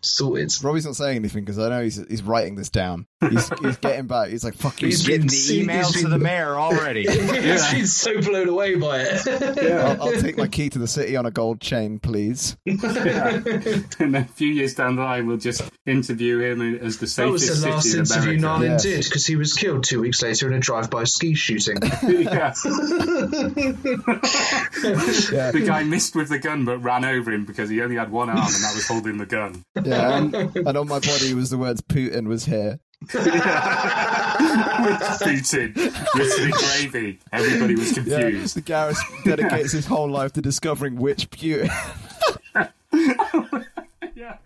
Speaker 1: Sorted. *laughs*
Speaker 3: Robbie's not saying anything because I know he's he's writing this down. He's, he's getting back. He's
Speaker 2: *laughs*
Speaker 3: like, "Fuck you."
Speaker 1: He's
Speaker 4: Getting
Speaker 1: He's
Speaker 4: the
Speaker 1: been-
Speaker 4: email
Speaker 1: he's
Speaker 4: to the
Speaker 1: been-
Speaker 4: mayor already.
Speaker 1: He's been so blown away by *laughs* it.
Speaker 3: I'll, I'll take my key to the city on a gold chain, please.
Speaker 2: *laughs* and then a few years down the line, we'll just interview him as the
Speaker 1: That
Speaker 2: safest
Speaker 1: was the last
Speaker 2: city in
Speaker 1: interview
Speaker 2: America.
Speaker 1: Nolan
Speaker 3: Yes.
Speaker 1: did because he was killed two weeks later in a drive-by ski shooting.
Speaker 2: yeah.
Speaker 3: Yeah,
Speaker 2: The guy missed with the gun but ran over him because he only had one arm and that was holding the gun.
Speaker 3: yeah. And, and on my body was the words "Putin was here."
Speaker 2: With Putin, Mr. Gravy. Everybody was
Speaker 3: Yeah,
Speaker 2: confused.
Speaker 3: the Gareth dedicates his whole life to discovering which Putin.
Speaker 2: Yeah.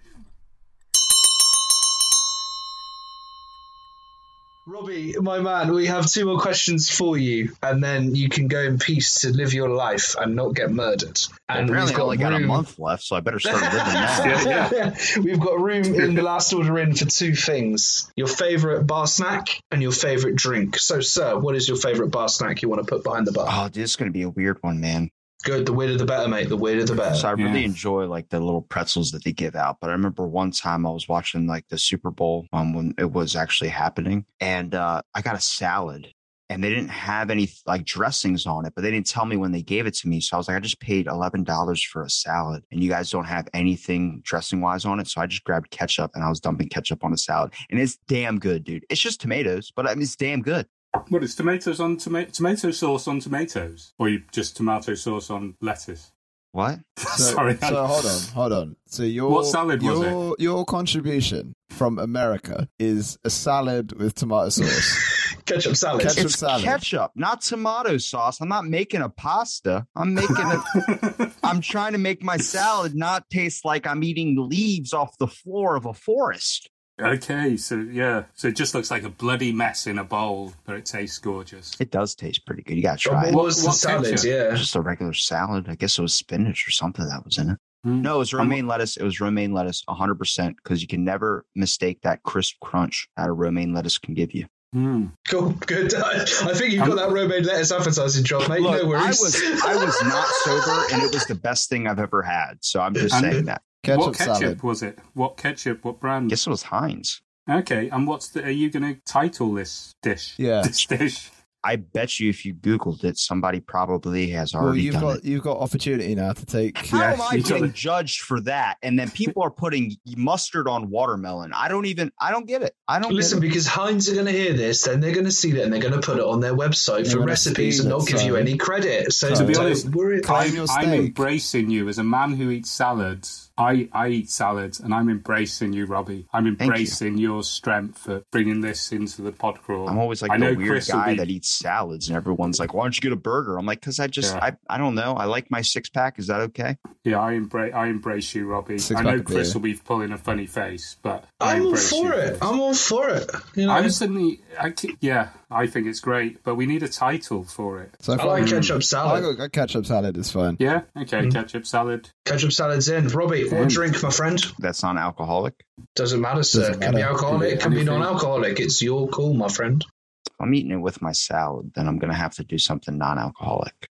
Speaker 1: Robbie, my man, we have two more questions for you, and then you can go in peace to live your life and not get murdered. *laughs* And
Speaker 4: Apparently, I only got a
Speaker 1: room- *laughs*
Speaker 4: month left, so I better start living now.
Speaker 2: Yeah, yeah. *laughs*
Speaker 1: we've got room in the last order in for two things: your favourite bar snack and your favourite drink. So, sir, what is your favourite bar snack you want to put behind the bar?
Speaker 4: Oh, dude, this is going to be a weird one, man.
Speaker 1: Good, the weirder the better, mate. The weirder the
Speaker 4: So
Speaker 1: better.
Speaker 4: I really
Speaker 2: Yeah.
Speaker 4: enjoy like the little pretzels that they give out. But I remember one time I was watching like the Super Bowl um, when it was actually happening, and uh, I got a salad and they didn't have any like dressings on it, but they didn't tell me when they gave it to me. So I was like, I just paid eleven dollars for a salad, and you guys don't have anything dressing wise on it. So I just grabbed ketchup and I was dumping ketchup on a salad, and it's damn good, dude. It's just tomatoes, but I mean, it's damn good.
Speaker 2: What is tomatoes on tomato tomato sauce on tomatoes, or you just tomato sauce on lettuce? *laughs*
Speaker 4: What?
Speaker 3: So,
Speaker 2: Sorry,
Speaker 3: so
Speaker 2: I-
Speaker 3: hold on, hold on. So your
Speaker 2: What salad was
Speaker 3: your, your contribution from America is a salad with tomato sauce.
Speaker 1: Ketchup salad.
Speaker 3: Ketchup-
Speaker 4: it's
Speaker 3: salad.
Speaker 4: ketchup, not tomato sauce. I'm not making a pasta. I'm making a. I'm trying to make my salad not taste like I'm eating leaves off the floor of a forest.
Speaker 2: *laughs* okay, so yeah, so it just looks like a bloody mess in a bowl, but it tastes gorgeous.
Speaker 4: It does taste pretty good. You gotta
Speaker 1: Or
Speaker 4: try
Speaker 1: What
Speaker 4: it.
Speaker 1: was the
Speaker 2: What
Speaker 1: salad?
Speaker 2: ketchup?
Speaker 4: It
Speaker 1: Yeah.
Speaker 4: was Just a regular salad. I guess it was spinach or something that was in it.
Speaker 2: Mm.
Speaker 4: No, it was
Speaker 2: I'm-
Speaker 4: romaine lettuce. It was romaine lettuce, 100%, because you can never mistake that crisp crunch that a romaine lettuce can give you.
Speaker 3: Hmm.
Speaker 2: Mm.
Speaker 1: Cool. Good. *laughs* I think you've got that romaine lettuce appetizing job, mate.
Speaker 4: Look,
Speaker 1: no
Speaker 4: I
Speaker 1: worries.
Speaker 4: was I was not sober, and it was the best thing I've ever had. So I'm just
Speaker 2: And-
Speaker 4: saying that.
Speaker 3: ketchup,
Speaker 2: what ketchup
Speaker 3: salad.
Speaker 2: was it? What ketchup? What
Speaker 4: I
Speaker 2: brand?
Speaker 4: guess it was Heinz.
Speaker 2: Okay, and what's the? Are you going to title this dish?
Speaker 3: Yeah.
Speaker 2: *laughs* this dish.
Speaker 4: I bet you if you Googled it, somebody probably has already
Speaker 3: Well, you've
Speaker 4: done
Speaker 3: got
Speaker 4: it.
Speaker 3: you've got opportunity now to take.
Speaker 4: How
Speaker 2: Yeah,
Speaker 4: am I
Speaker 2: you got
Speaker 4: getting
Speaker 2: it.
Speaker 4: judged for that? And then people are putting mustard on watermelon. I don't even. I don't get it. I don't
Speaker 1: Listen,
Speaker 4: Get it.
Speaker 1: because Heinz are going to hear this, then they're going to see that and they're going to put it on their website
Speaker 3: They're
Speaker 1: for
Speaker 3: gonna
Speaker 1: recipes
Speaker 3: steal
Speaker 1: and
Speaker 3: it,
Speaker 1: not give you
Speaker 3: sorry.
Speaker 1: any credit. So
Speaker 3: To be
Speaker 1: don't
Speaker 2: honest,
Speaker 1: worry.
Speaker 3: Claim your
Speaker 2: I'm, I'm
Speaker 3: steak.
Speaker 2: embracing you as a man who eats salads. I, I eat salads, and I'm embracing you, Robbie. I'm
Speaker 4: you.
Speaker 2: embracing your strength for bringing this into the pod crawl.
Speaker 4: I'm always like
Speaker 2: I
Speaker 4: the
Speaker 2: know
Speaker 4: weird
Speaker 2: Chris will
Speaker 4: guy
Speaker 2: be-
Speaker 4: that eats salads, and everyone's like, "Why don't you get a burger?" I'm like, "Cause I just,
Speaker 2: Yeah.
Speaker 4: I, I don't know. I like my six pack. Is that okay?
Speaker 2: yeah, I embrace I embrace you, Robbie.
Speaker 3: Six
Speaker 2: I
Speaker 3: pack
Speaker 2: know
Speaker 3: of
Speaker 2: Chris
Speaker 3: beer.
Speaker 2: will be pulling a funny face, but I
Speaker 1: I'm all
Speaker 2: embrace you
Speaker 1: for it.
Speaker 2: this.
Speaker 1: I'm all for it. You know,
Speaker 2: I'm
Speaker 1: i
Speaker 2: suddenly, I ki- yeah, I think it's great, but we need a title for it.
Speaker 3: So far,
Speaker 1: like ketchup
Speaker 3: I
Speaker 1: salad.
Speaker 3: got got ketchup salad is fine.
Speaker 2: Yeah, okay,
Speaker 1: Mm.
Speaker 2: ketchup salad.
Speaker 1: Ketchup salad's in. Robbie,
Speaker 2: Mm.
Speaker 1: what drink, my friend?
Speaker 4: That's not alcoholic.
Speaker 1: Doesn't matter, sir.
Speaker 3: Doesn't
Speaker 1: Can be
Speaker 3: matter.
Speaker 1: alcoholic,
Speaker 2: Can be
Speaker 1: can be
Speaker 2: anything.
Speaker 1: non-alcoholic. It's your call, my friend.
Speaker 4: If I'm eating it with my salad, then I'm gonna have to do something non-alcoholic.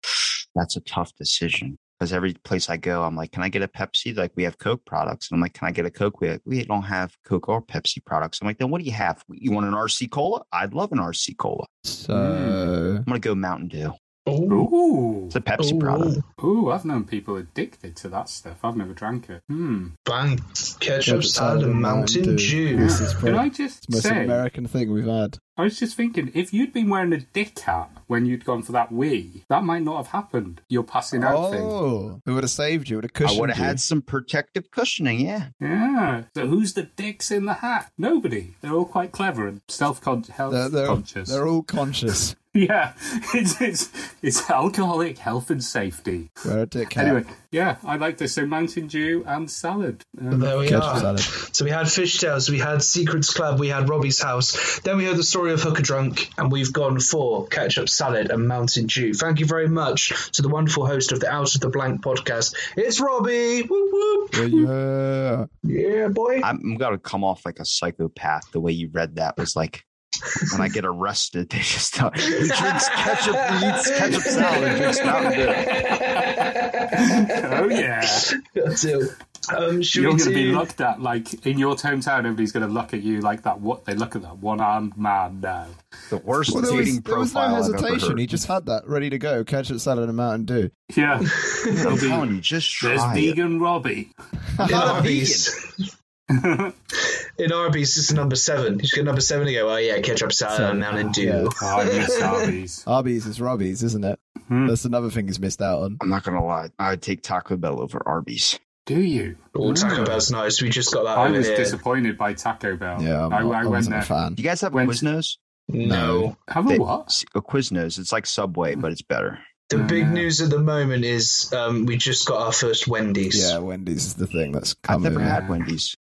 Speaker 4: That's a tough decision." Because every place I go, I'm like, can I get a Pepsi? Like, we have Coke products. And I'm like, can I get a Coke? We, we don't have Coke or Pepsi products. I'm like, then what do you have? You want an RC Cola? I'd love an RC Cola.
Speaker 3: So
Speaker 2: Mm.
Speaker 4: I'm going to go Mountain Dew.
Speaker 1: Oh,
Speaker 2: Ooh,
Speaker 4: It's a Pepsi product.
Speaker 2: ooh, I've known people addicted to that stuff. I've never drank it. Hmm.
Speaker 1: bang! Ketchup, salad and Mountain Dew.
Speaker 3: This is
Speaker 2: Can I
Speaker 3: probably
Speaker 2: just
Speaker 3: the most
Speaker 2: say?
Speaker 3: American thing we've had.
Speaker 2: I was just thinking, if you'd been wearing a dick hat when you'd gone for that wee, that might not have happened. You're passing out thing.
Speaker 3: Oh, it would have saved you. It would have
Speaker 4: I
Speaker 3: cushioned
Speaker 4: would have
Speaker 3: you.
Speaker 4: had some protective cushioning. Yeah.
Speaker 2: Yeah. So who's the dicks in the hat? Nobody. They're all quite clever and self-conscious.
Speaker 3: They're, they're,
Speaker 2: conscious.
Speaker 3: they're all conscious.
Speaker 2: *laughs* Yeah. It's, it's, it's alcoholic health and safety.
Speaker 3: Wear a dick hat.
Speaker 2: Anyway, yeah, I like this. So Mountain Dew and salad. Um,
Speaker 1: There we
Speaker 3: Ketchup
Speaker 1: are.
Speaker 3: salad.
Speaker 1: So we had Fishtails, we had Secrets Club, we had Robbie's House. Then we heard the story of Hooker Drunk, and we've gone for Ketchup Salad and Mountain Dew. Thank you very much to the wonderful host of the Out of the Blank podcast. It's Robbie. Whoop, whoop.
Speaker 3: Yeah.
Speaker 1: Yeah, boy.
Speaker 4: I'm, I'm going to come off like a psychopath. The way you read that was like, when I get arrested, *laughs* they just don't. He drinks ketchup, he eats ketchup salad, and drinks Mountain Dew.
Speaker 2: *laughs* oh yeah,
Speaker 1: That's it. Um, should
Speaker 2: you're
Speaker 1: we
Speaker 2: going to be
Speaker 1: do- *laughs*
Speaker 2: looked at like in your hometown. Everybody's going to look at you like that. What they look at that one-armed man now.
Speaker 4: The worst
Speaker 3: Well, there, was,
Speaker 4: dating
Speaker 3: there was no
Speaker 4: profile I've ever
Speaker 3: hesitation.
Speaker 4: heard.
Speaker 3: He just had that ready to go. Ketchup salad and Mountain Dew.
Speaker 2: Yeah,
Speaker 4: I'm
Speaker 2: There'll be-
Speaker 4: telling you, just
Speaker 2: there's
Speaker 4: try it.
Speaker 2: vegan Robbie.
Speaker 1: in
Speaker 4: not a
Speaker 1: Arby's. in Arby's, it's number seven. You just get number seven and go, oh, yeah, ketchup salad and Mountain Dew.
Speaker 3: Yeah.
Speaker 2: Oh, I
Speaker 3: *laughs*
Speaker 2: miss Arby's.
Speaker 3: Arby's is Robbie's, isn't it?
Speaker 2: Hmm.
Speaker 3: That's another thing he's missed out on.
Speaker 4: I'm not going to lie. I'd take Taco Bell over Arby's.
Speaker 2: Do you?
Speaker 1: All Taco
Speaker 2: Mm.
Speaker 1: Bell's nice. We just got that
Speaker 2: I
Speaker 1: over
Speaker 2: was
Speaker 1: here.
Speaker 2: disappointed by Taco Bell.
Speaker 3: Yeah,
Speaker 2: Oh. I,
Speaker 3: I'm not,
Speaker 2: I
Speaker 3: I
Speaker 2: went
Speaker 3: wasn't
Speaker 2: there.
Speaker 3: a fan.
Speaker 4: You guys have
Speaker 2: Went-
Speaker 4: Quiznos?
Speaker 1: no.
Speaker 2: Have
Speaker 4: They-
Speaker 2: a what?
Speaker 4: s- A Quiznos. It's like Subway, but it's better.
Speaker 1: The big
Speaker 2: Yeah.
Speaker 1: news at the moment is um, we just got our first Wendy's.
Speaker 3: Yeah, Wendy's is the thing that's
Speaker 4: I've
Speaker 3: coming.
Speaker 4: never had Wendy's.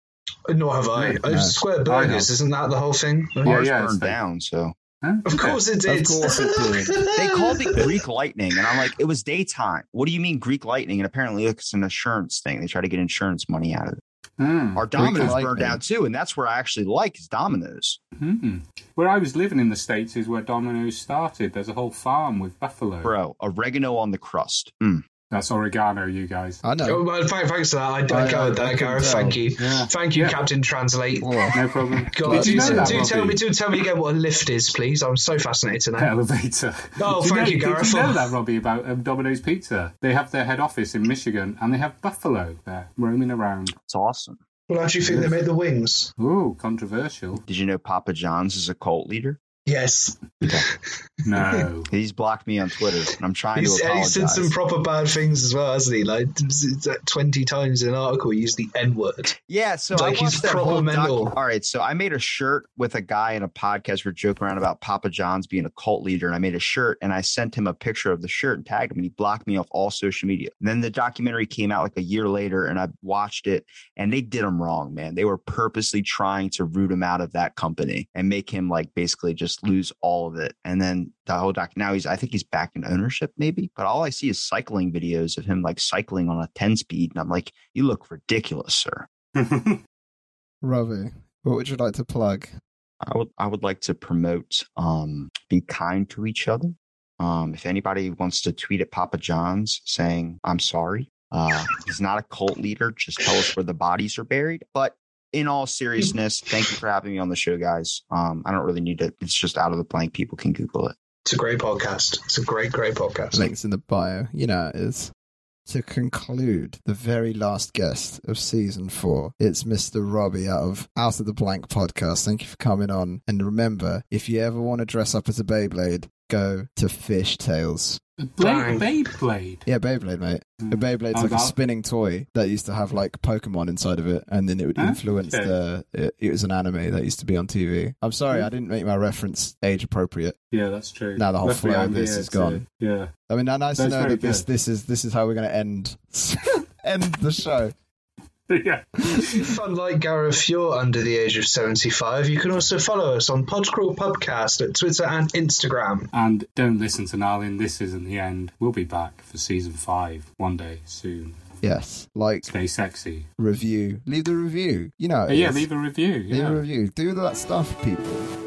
Speaker 1: Nor have I.
Speaker 2: Yeah.
Speaker 1: Uh, Square Burgers, isn't that the whole thing?
Speaker 2: Yeah,
Speaker 4: Ours
Speaker 2: yeah, it's
Speaker 4: burned
Speaker 2: the-
Speaker 4: down, so.
Speaker 2: Huh?
Speaker 1: Of course it
Speaker 3: Of
Speaker 1: did.
Speaker 3: course
Speaker 1: *laughs*
Speaker 3: it did.
Speaker 4: they called it *laughs* Greek lightning, and I'm like, it was daytime. What do you mean Greek lightning? And apparently, it's an insurance thing. They try to get insurance money out of it.
Speaker 2: Hmm.
Speaker 4: Our Domino's
Speaker 3: lightning.
Speaker 4: burned down too, and that's where I actually like is Domino's.
Speaker 2: Hmm. Where I was living in the States is where Domino's started. There's a whole farm with buffalo.
Speaker 4: Bro, oregano on the crust. Mm.
Speaker 2: That's oregano, you guys.
Speaker 3: I
Speaker 1: Oh,
Speaker 3: know.
Speaker 1: well, thank- thanks for that. I, I,
Speaker 3: I-
Speaker 1: gathered
Speaker 3: I- I
Speaker 1: that,
Speaker 3: can
Speaker 1: Gareth.
Speaker 3: tell.
Speaker 1: Thank you.
Speaker 2: Yeah.
Speaker 1: Thank you,
Speaker 2: Yeah.
Speaker 1: Captain Translate.
Speaker 3: Whoa.
Speaker 2: No problem.
Speaker 1: *laughs* God,
Speaker 3: Did
Speaker 1: do,
Speaker 3: you know that,
Speaker 1: do tell
Speaker 2: Robbie?
Speaker 1: me, do tell me again what a lift is, please. I'm so fascinated now.
Speaker 2: Elevator.
Speaker 1: Oh,
Speaker 2: Did
Speaker 1: thank
Speaker 2: know,
Speaker 1: you, Gareth.
Speaker 2: Did you know that, Robbie, about um, Domino's Pizza? They have their head office in Michigan, and they have buffalo there roaming around.
Speaker 4: It's awesome.
Speaker 1: Well, how do you think they make the wings?
Speaker 2: Ooh, controversial.
Speaker 4: Did you know Papa John's is a cult leader?
Speaker 1: Yes.
Speaker 3: *laughs*
Speaker 2: No.
Speaker 4: He's blocked me on Twitter, and I'm trying
Speaker 1: He's,
Speaker 4: to
Speaker 1: and he
Speaker 4: apologize.
Speaker 1: said some proper bad things as well, hasn't he? Like, it's like 20 times in an article, he used the N word.
Speaker 4: Yeah, so
Speaker 1: Like,
Speaker 4: I
Speaker 1: he's
Speaker 4: watched that whole
Speaker 1: proper
Speaker 4: docu-
Speaker 1: mental.
Speaker 4: All right, so I made a shirt with a guy in a podcast. We're joking around about Papa John's being a cult leader, and I made a shirt and I sent him a picture of the shirt and tagged him, and he blocked me off all social media. And then the documentary came out like a year later, and I watched it, and they did him wrong, man. They were purposely trying to root him out of that company and make him like basically just lose all of it. And then the whole doc now he's I think he's back in ownership maybe, but all I see is cycling videos of him like cycling on a ten speed, and I'm like, you look ridiculous, sir.
Speaker 3: Ravi, what would you like to plug?
Speaker 4: I would I would like to promote um be kind to each other. Um if anybody wants to tweet at Papa John's saying I'm sorry, uh he's not a cult leader, just tell us where the bodies are buried. But in all seriousness, thank you for having me on the show, guys. Um I don't really need it. It's just out of the blank. People can Google it.
Speaker 1: It's a great podcast. It's a great, great podcast.
Speaker 3: Links in the bio. You know how it is. To conclude, the very last guest of season four, it's Mr. Robbie out of Out of the Blank podcast. Thank you for coming on. And remember, if you ever want to dress up as a Beyblade, go to Fish Tales.
Speaker 1: Bang.
Speaker 2: Blade, Blade Blade.
Speaker 3: Yeah, Beyblade, mate. A Beyblade's
Speaker 2: Oh,
Speaker 3: like
Speaker 2: that-
Speaker 3: a spinning toy that used to have like Pokemon inside of it, and then it would
Speaker 2: Huh?
Speaker 3: influence
Speaker 2: Okay.
Speaker 3: the. It, it was an anime that used to be on TV. I'm
Speaker 2: Mm.
Speaker 3: sorry, I didn't make my reference age appropriate.
Speaker 2: Yeah, that's true.
Speaker 3: Now the whole
Speaker 2: Luckily,
Speaker 3: flow of
Speaker 2: I'm
Speaker 3: this
Speaker 2: here
Speaker 3: is gone.
Speaker 2: to- yeah.
Speaker 3: I mean, nice to
Speaker 2: That's
Speaker 3: know
Speaker 2: very
Speaker 3: that this
Speaker 2: good.
Speaker 3: this is this is how we're going to end *laughs* end the show.
Speaker 2: *laughs* yeah.
Speaker 1: If unlike Gareth, you're under the age of 75, you can also follow us on Podcrawl Podcast at Twitter and Instagram.
Speaker 2: And don't listen to Narlin. This isn't the end. We'll be back for season five one day soon.
Speaker 3: Yes, like
Speaker 2: Stay sexy.
Speaker 3: review, leave the review. You know, how
Speaker 2: Uh,
Speaker 3: it
Speaker 2: yeah,
Speaker 3: is.
Speaker 2: leave a review.
Speaker 3: leave
Speaker 2: Yeah.
Speaker 3: a review, do that stuff, people.